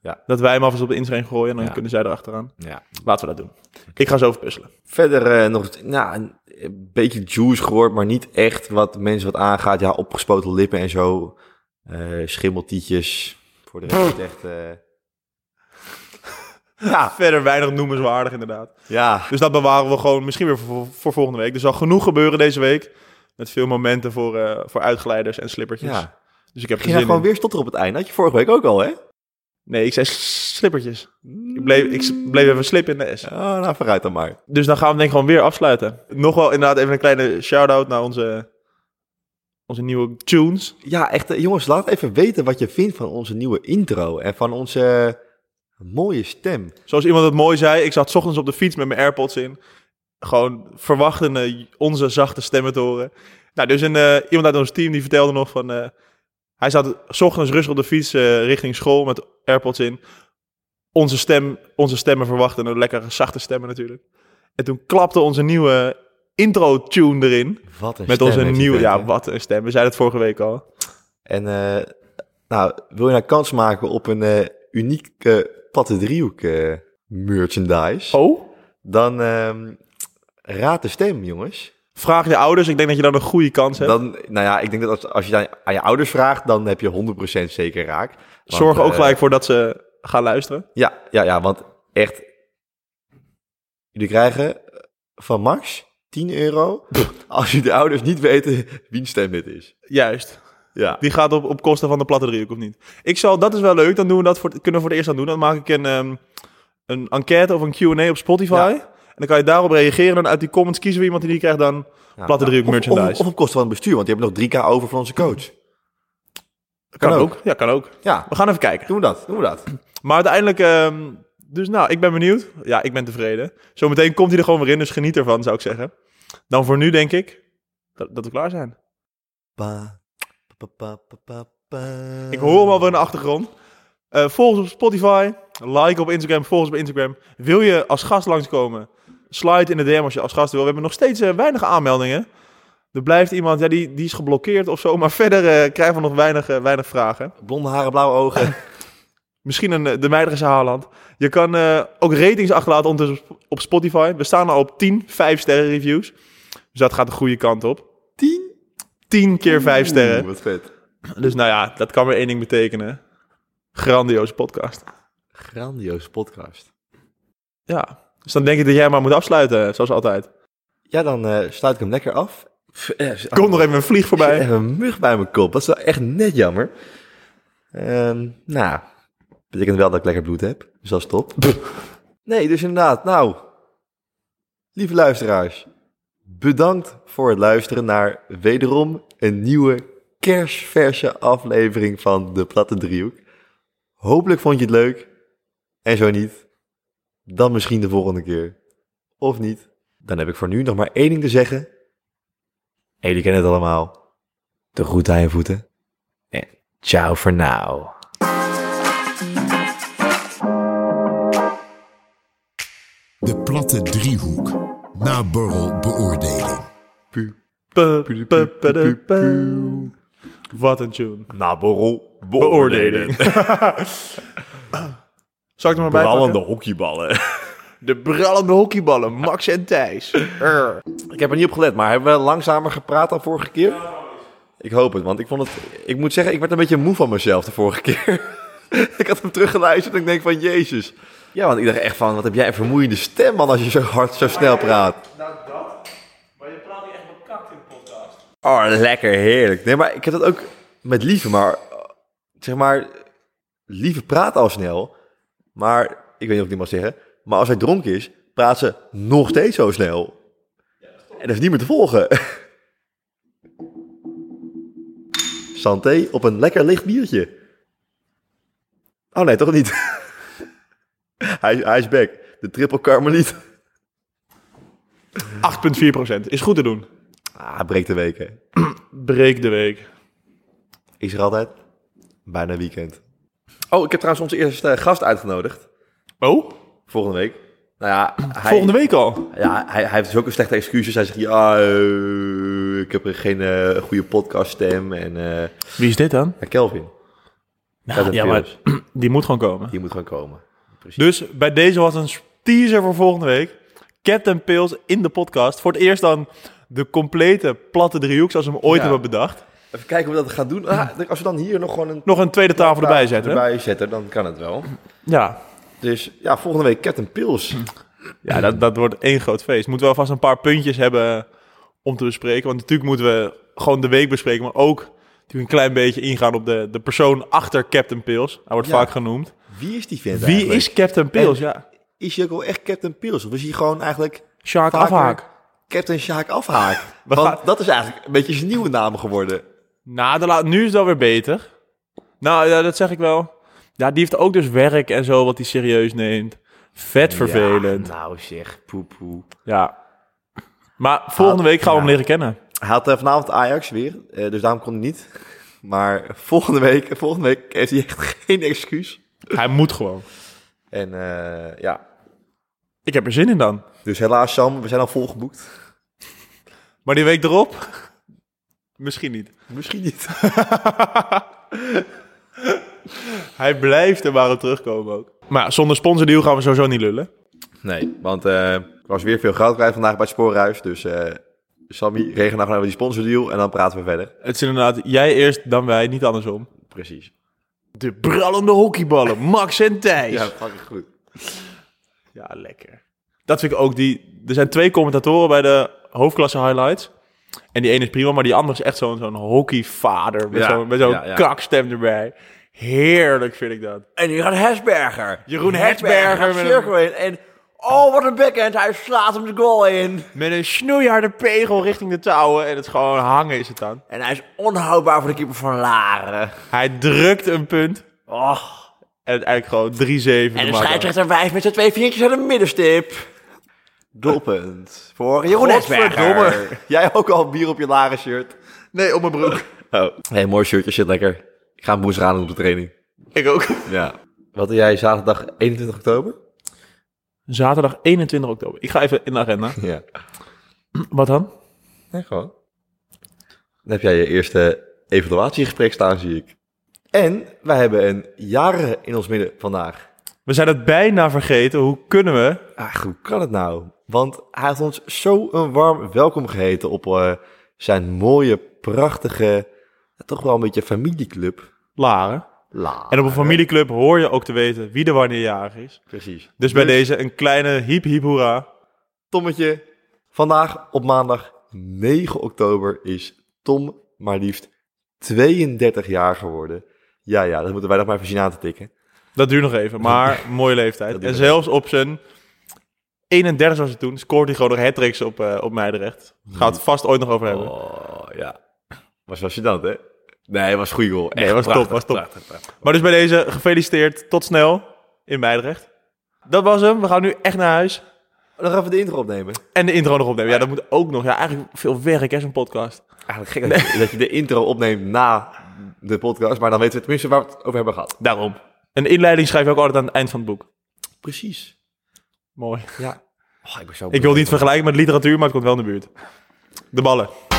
[SPEAKER 2] Ja.
[SPEAKER 3] Dat wij hem af en toe op de Instagram gooien en dan
[SPEAKER 2] Ja.
[SPEAKER 3] kunnen zij erachteraan.
[SPEAKER 2] Ja.
[SPEAKER 3] Laten we dat doen. Ik ga zo over puzzelen.
[SPEAKER 2] Verder eh, nog nou, een, een beetje juice gehoord, maar niet echt wat mensen wat aangaat. Ja, opgespoten lippen en zo. Eh, schimmeltietjes. Voor de rest echt... eh, Ja,
[SPEAKER 3] Verder weinig noemenswaardig inderdaad.
[SPEAKER 2] ja.
[SPEAKER 3] Dus dat bewaren we gewoon misschien weer voor, voor volgende week. Er zal genoeg gebeuren deze week. Met veel momenten voor, eh, voor uitgeleiders en slippertjes.
[SPEAKER 2] ja.
[SPEAKER 3] Dus ik heb er
[SPEAKER 2] Ging daar
[SPEAKER 3] zin
[SPEAKER 2] gewoon
[SPEAKER 3] in.
[SPEAKER 2] weer stotter op het eind. Had je vorige week ook al, hè?
[SPEAKER 3] Nee, ik zei slippertjes. Ik bleef,
[SPEAKER 2] Mm.
[SPEAKER 3] ik bleef even slip in de S.
[SPEAKER 2] Oh, nou, vooruit dan maar.
[SPEAKER 3] Dus dan gaan we denk ik gewoon weer afsluiten. Nog wel inderdaad even een kleine shout-out naar onze, onze nieuwe tunes.
[SPEAKER 2] Ja, echt. eh, Jongens, laat even weten wat je vindt van onze nieuwe intro en van onze eh, mooie stem.
[SPEAKER 3] Zoals iemand het mooi zei, ik zat 's ochtends op de fiets met mijn AirPods in. Gewoon verwachtende onze zachte stemmen te horen. Nou, dus een, eh, iemand uit ons team die vertelde nog van... eh, Hij zat 's ochtends rustig op de fiets eh, richting school met AirPods in. Onze, stem, onze stemmen verwachten, een lekkere zachte stemmen natuurlijk. En toen klapte onze nieuwe intro-tune erin.
[SPEAKER 2] Wat een
[SPEAKER 3] Met
[SPEAKER 2] stem
[SPEAKER 3] onze
[SPEAKER 2] heeft die
[SPEAKER 3] nieuwe,
[SPEAKER 2] vent,
[SPEAKER 3] ja,
[SPEAKER 2] hè?
[SPEAKER 3] wat een stem. We zeiden het vorige week al.
[SPEAKER 2] En eh, nou, wil je nou kans maken op een eh, unieke platte driehoek eh, merchandise?
[SPEAKER 3] Oh?
[SPEAKER 2] Dan ehm, raad de stem, jongens.
[SPEAKER 3] Vraag je ouders, ik denk dat je dan een goede kans hebt.
[SPEAKER 2] Dan, nou ja, ik denk dat als, als je dan aan je ouders vraagt, dan heb je 100% zeker raak. Want,
[SPEAKER 3] Zorg er ook
[SPEAKER 2] eh,
[SPEAKER 3] gelijk voor dat ze gaan luisteren.
[SPEAKER 2] Ja, ja, ja, want echt. Jullie krijgen eh, van Max 10
[SPEAKER 3] *laughs*
[SPEAKER 2] euro. Als je de ouders niet weten wiens stem dit is.
[SPEAKER 3] Juist.
[SPEAKER 2] Ja.
[SPEAKER 3] Die gaat op, op kosten van de platte driehoek, of niet? Ik zal, dat is wel leuk, dan doen we dat voor, kunnen we voor het eerst aan doen. Dan maak ik een, ehm, een enquête of een Q&A op Spotify.
[SPEAKER 2] Ja.
[SPEAKER 3] En dan kan je daarop reageren. En uit die comments kiezen we iemand en die krijgt dan
[SPEAKER 2] Ja,
[SPEAKER 3] platte driehoek
[SPEAKER 2] of-
[SPEAKER 3] merchandise.
[SPEAKER 2] Of, of op kosten van het bestuur, want je hebt nog 3k over van onze coach. kan ook.
[SPEAKER 3] Ja, kan ook.
[SPEAKER 2] Ja,
[SPEAKER 3] We gaan even kijken.
[SPEAKER 2] doen we dat, doen we dat.
[SPEAKER 3] Maar uiteindelijk, ehm, dus nou, ik ben benieuwd. Ja, ik ben tevreden. Zometeen komt hij er gewoon weer in, dus geniet ervan, zou ik zeggen. Dan voor nu denk ik dat, dat we klaar zijn.
[SPEAKER 2] Pa, pa, pa, pa, pa, pa.
[SPEAKER 3] Ik hoor hem al wel in de achtergrond. Eh volg ons op Spotify. Like op Instagram. Volg ons op Instagram. Wil je als gast langskomen? Slide in de DM als je als gast wil. We hebben nog steeds eh, weinig aanmeldingen. Er blijft iemand, ja, die, die is geblokkeerd of zo. Maar *laughs* verder eh, krijgen we nog weinig, eh, weinig vragen.
[SPEAKER 2] Blonde haren, blauwe
[SPEAKER 3] *laughs*
[SPEAKER 2] ogen.
[SPEAKER 3] Misschien een, eh, de Meiderse Haaland. Je kan eh, ook ratings achterlaten ondertussen op- op Spotify. We staan al op 10 5 sterren reviews. Dus dat gaat de goede kant op.
[SPEAKER 2] 10
[SPEAKER 3] 10 keer 5 sterren.
[SPEAKER 2] Wat vet.
[SPEAKER 3] Dus nou ja, dat kan maar één ding betekenen. Grandioze podcast.
[SPEAKER 2] Grandioze podcast.
[SPEAKER 3] Ja, dus dan denk ik dat jij maar moet afsluiten, zoals altijd.
[SPEAKER 2] Ja, dan eh, sluit ik hem lekker af.
[SPEAKER 3] Komt nog even een vlieg
[SPEAKER 2] bij.
[SPEAKER 3] voorbij.
[SPEAKER 2] een mug bij mijn kop. Dat is wel echt net jammer. Ehm, nou, betekent wel dat ik lekker bloed heb. Dus dat is top. Nee, dus inderdaad. Nou, lieve luisteraars. Bedankt voor het luisteren naar wederom een nieuwe kerstverse aflevering van De Platte Driehoek. Hopelijk vond je het leuk. En zo niet, dan misschien de volgende keer. Of niet. Dan heb ik voor nu nog maar één ding te zeggen. En jullie kennen het allemaal. De groet aan je voeten. En ciao for now.
[SPEAKER 1] De platte driehoek. Naborrel beoordeling.
[SPEAKER 3] Pu- pu- pu- pu- pu. Wat een tune.
[SPEAKER 2] Na borrel
[SPEAKER 3] Beoordeling. Zal ik er maar bij *laughs* pakken?
[SPEAKER 2] hockeyballen.
[SPEAKER 3] De brallende hockeyballen, Max en Thijs. Err.
[SPEAKER 2] ik heb er niet op gelet, maar hebben we langzamer gepraat dan vorige keer? Ik hoop het, want ik vond het... Ik moet zeggen, ik werd een beetje moe van mezelf de vorige keer. *laughs* ik had hem teruggeluisterd en ik denk van, jezus. Ja, want ik dacht echt van, wat heb jij een vermoeiende stem, man, als je zo hard, zo snel praat. Oh, lekker, heerlijk. Nee, maar ik heb dat ook met Lieve, maar eh, zeg maar, Lieve praat al snel, maar ik weet niet of ik dit mag zeggen, maar als hij dronken is, praat ze nog steeds zo snel. En dat is niet meer te volgen. Santé op een lekker licht biertje. Oh nee, toch niet. *laughs* hij, hij is back. De triple carmeliet.
[SPEAKER 3] 8,4%. Is goed te doen.
[SPEAKER 2] Ah, hij breekt de weken.
[SPEAKER 3] Breek de week.
[SPEAKER 2] Is er altijd bijna weekend. Oh, ik heb trouwens onze eerste gast uitgenodigd.
[SPEAKER 3] Oh,
[SPEAKER 2] Volgende week. Nou ja, hij,
[SPEAKER 3] volgende week al.
[SPEAKER 2] Ja, hij, hij heeft dus ook een slechte excuses. Hij zegt, ja, eh, ik heb geen eh, goede podcaststem. En eh,
[SPEAKER 3] Wie is dit dan?
[SPEAKER 2] ja, Kelvin, Kelvin
[SPEAKER 3] Nou, ja,
[SPEAKER 2] Philips,
[SPEAKER 3] maar *clears throat* die moet gewoon komen.
[SPEAKER 2] die moet gewoon komen. Precies.
[SPEAKER 3] Dus bij deze was een teaser voor volgende week. Captain Pils in de podcast. Voor het eerst dan de complete platte driehoek zoals we hem ooit
[SPEAKER 2] Ja.
[SPEAKER 3] hebben bedacht.
[SPEAKER 2] Even kijken hoe we dat gaan doen. Ah, als we dan hier nog gewoon een
[SPEAKER 3] Nog een tweede tafel erbij zetten. hè?
[SPEAKER 2] erbij zetten, dan kan het wel.
[SPEAKER 3] Ja,
[SPEAKER 2] Dus ja, volgende week Captain Pils.
[SPEAKER 3] ja dat, dat wordt één groot feest. Moeten we alvast een paar puntjes hebben om te bespreken. Want natuurlijk moeten we gewoon de week bespreken. Maar ook natuurlijk een klein beetje ingaan op de, de persoon achter Captain Pils. Hij wordt
[SPEAKER 2] Ja.
[SPEAKER 3] vaak genoemd.
[SPEAKER 2] Wie is die vent
[SPEAKER 3] Wie is Captain Pils? Ja,
[SPEAKER 2] Is hij ook wel echt Captain Pils? Of is hij gewoon eigenlijk...
[SPEAKER 3] Sjaak
[SPEAKER 2] vaker
[SPEAKER 3] Afhaak.
[SPEAKER 2] Captain Sjaak Afhaak.
[SPEAKER 3] *laughs* We
[SPEAKER 2] Want
[SPEAKER 3] gaan-
[SPEAKER 2] dat is eigenlijk een beetje zijn nieuwe naam geworden.
[SPEAKER 3] Nou, de la- nu is het wel weer beter. Nou, ja, dat zeg ik wel. Ja, die heeft ook dus werk en zo wat hij serieus neemt. Vet vervelend. Ja.
[SPEAKER 2] nou zeg, poepoe.
[SPEAKER 3] Maar volgende
[SPEAKER 2] Ah,
[SPEAKER 3] week gaan we
[SPEAKER 2] ja.
[SPEAKER 3] hem leren kennen.
[SPEAKER 2] Hij had eh, vanavond Ajax weer, eh, dus daarom kon hij niet. Maar volgende week, volgende week heeft hij echt *laughs* geen excuus.
[SPEAKER 3] Hij moet gewoon.
[SPEAKER 2] En eh, ja,
[SPEAKER 3] Ik heb er zin in dan.
[SPEAKER 2] dus helaas Sam, we zijn al volgeboekt.
[SPEAKER 3] Maar die week erop? *laughs* Misschien niet.
[SPEAKER 2] Misschien niet.
[SPEAKER 3] Hij blijft er maar op terugkomen ook. Maar ja, zonder sponsordeal gaan we sowieso niet lullen.
[SPEAKER 2] Nee, want eh, ik was weer veel geld kwijt vandaag bij het Spoorhuis. Dus eh Sammy, regel nou gewoon even die sponsordeal en dan praten we verder.
[SPEAKER 3] Het is inderdaad jij eerst, dan wij, niet andersom.
[SPEAKER 2] Precies.
[SPEAKER 3] De brallende hockeyballen, Max en Thijs.
[SPEAKER 2] Ja,
[SPEAKER 3] Ja,
[SPEAKER 2] fucking goed.
[SPEAKER 3] lekker. Dat vind ik ook. Die, er zijn twee commentatoren bij de hoofdklasse highlights. En die ene is prima, maar die andere is echt zo'n zo'n hockeyvader. Met
[SPEAKER 2] Ja,
[SPEAKER 3] zo'n met zo'n
[SPEAKER 2] ja, ja.
[SPEAKER 3] kakstem erbij. Heerlijk vind ik dat.
[SPEAKER 2] En nu gaat Hesberger.
[SPEAKER 3] Jeroen Hesberger
[SPEAKER 2] gaat
[SPEAKER 3] met
[SPEAKER 2] cirkel in. En oh, wat een backhand. Hij slaat hem de goal in.
[SPEAKER 3] Met een snoeiharde pegel richting de touwen. En het is gewoon hangen is het dan.
[SPEAKER 2] En hij is onhoudbaar voor de keeper van Laren.
[SPEAKER 3] Hij drukt een punt.
[SPEAKER 2] Och.
[SPEAKER 3] En uiteindelijk gewoon 3-7.
[SPEAKER 2] En de
[SPEAKER 3] maken.
[SPEAKER 2] scheidsrechter wijst met zijn twee vingertjes aan de middenstip. Doelpunt voor Jeroen
[SPEAKER 3] Godverdomme.
[SPEAKER 2] Hesberger. Jij ook al bier op je Laren shirt.
[SPEAKER 3] Nee, op mijn broek.
[SPEAKER 2] *laughs* Oh. Hey, mooi shirtje. Zit lekker. Ik ga hem woensdag aan doen op de training.
[SPEAKER 3] Ik ook.
[SPEAKER 2] Ja. Wat doe jij zaterdag 21 oktober?
[SPEAKER 3] Zaterdag 21 oktober. Ik ga even in de *laughs* agenda.
[SPEAKER 2] Ja.
[SPEAKER 3] Wat dan?
[SPEAKER 2] Nee, gewoon. Dan heb jij je eerste evaluatiegesprek staan, zie ik. En wij hebben een jaren in ons midden vandaag.
[SPEAKER 3] We zijn het bijna vergeten. Hoe kunnen we?
[SPEAKER 2] Ach, hoe kan het nou? Want hij heeft ons zo een warm welkom geheten op eh, zijn mooie, prachtige, toch wel een beetje familieclub.
[SPEAKER 3] Laren.
[SPEAKER 2] La.
[SPEAKER 3] En op een familieclub hoor je ook te weten wie de wanneerjarig is.
[SPEAKER 2] Precies.
[SPEAKER 3] Dus bij deze een kleine hiep hiep hoera.
[SPEAKER 2] Tommetje, vandaag op maandag 9 oktober is Tom maar liefst 32 jaar geworden. Ja, ja, dat moeten wij nog maar even zien aan te tikken.
[SPEAKER 3] *laughs* Dat duurt nog even, maar mooie
[SPEAKER 2] Dat
[SPEAKER 3] leeftijd.
[SPEAKER 2] duurt
[SPEAKER 3] En
[SPEAKER 2] nog
[SPEAKER 3] zelfs op zijn 31 was het toen, scoort hij gewoon nog hat op, eh op Meidrecht. Gaat het vast ooit nog over hebben.
[SPEAKER 2] Oh, ja. Was wel gênant, hè? Nee, was een goede goal.
[SPEAKER 3] Nee, was top, was top.
[SPEAKER 2] prachtig, prachtig.
[SPEAKER 3] Maar dus bij deze, gefeliciteerd. Tot snel in Meidrecht. Dat was hem. We gaan nu echt naar huis.
[SPEAKER 2] Nog even de intro opnemen.
[SPEAKER 3] En de intro nog opnemen. Ja, dat moet ook nog. Ja, eigenlijk veel werk, hè, zo'n podcast.
[SPEAKER 2] Eigenlijk gek dat, je, *laughs* dat je de intro opneemt na de podcast, maar dan weten we tenminste waar we het over hebben gehad.
[SPEAKER 3] Daarom. Een inleiding schrijf je ook altijd aan het eind van het boek.
[SPEAKER 2] Precies.
[SPEAKER 3] Mooi.
[SPEAKER 2] Ja. Oh, ik, ben zo
[SPEAKER 3] Ik wil niet vergelijken met literatuur, maar het komt wel in de buurt. De ballen.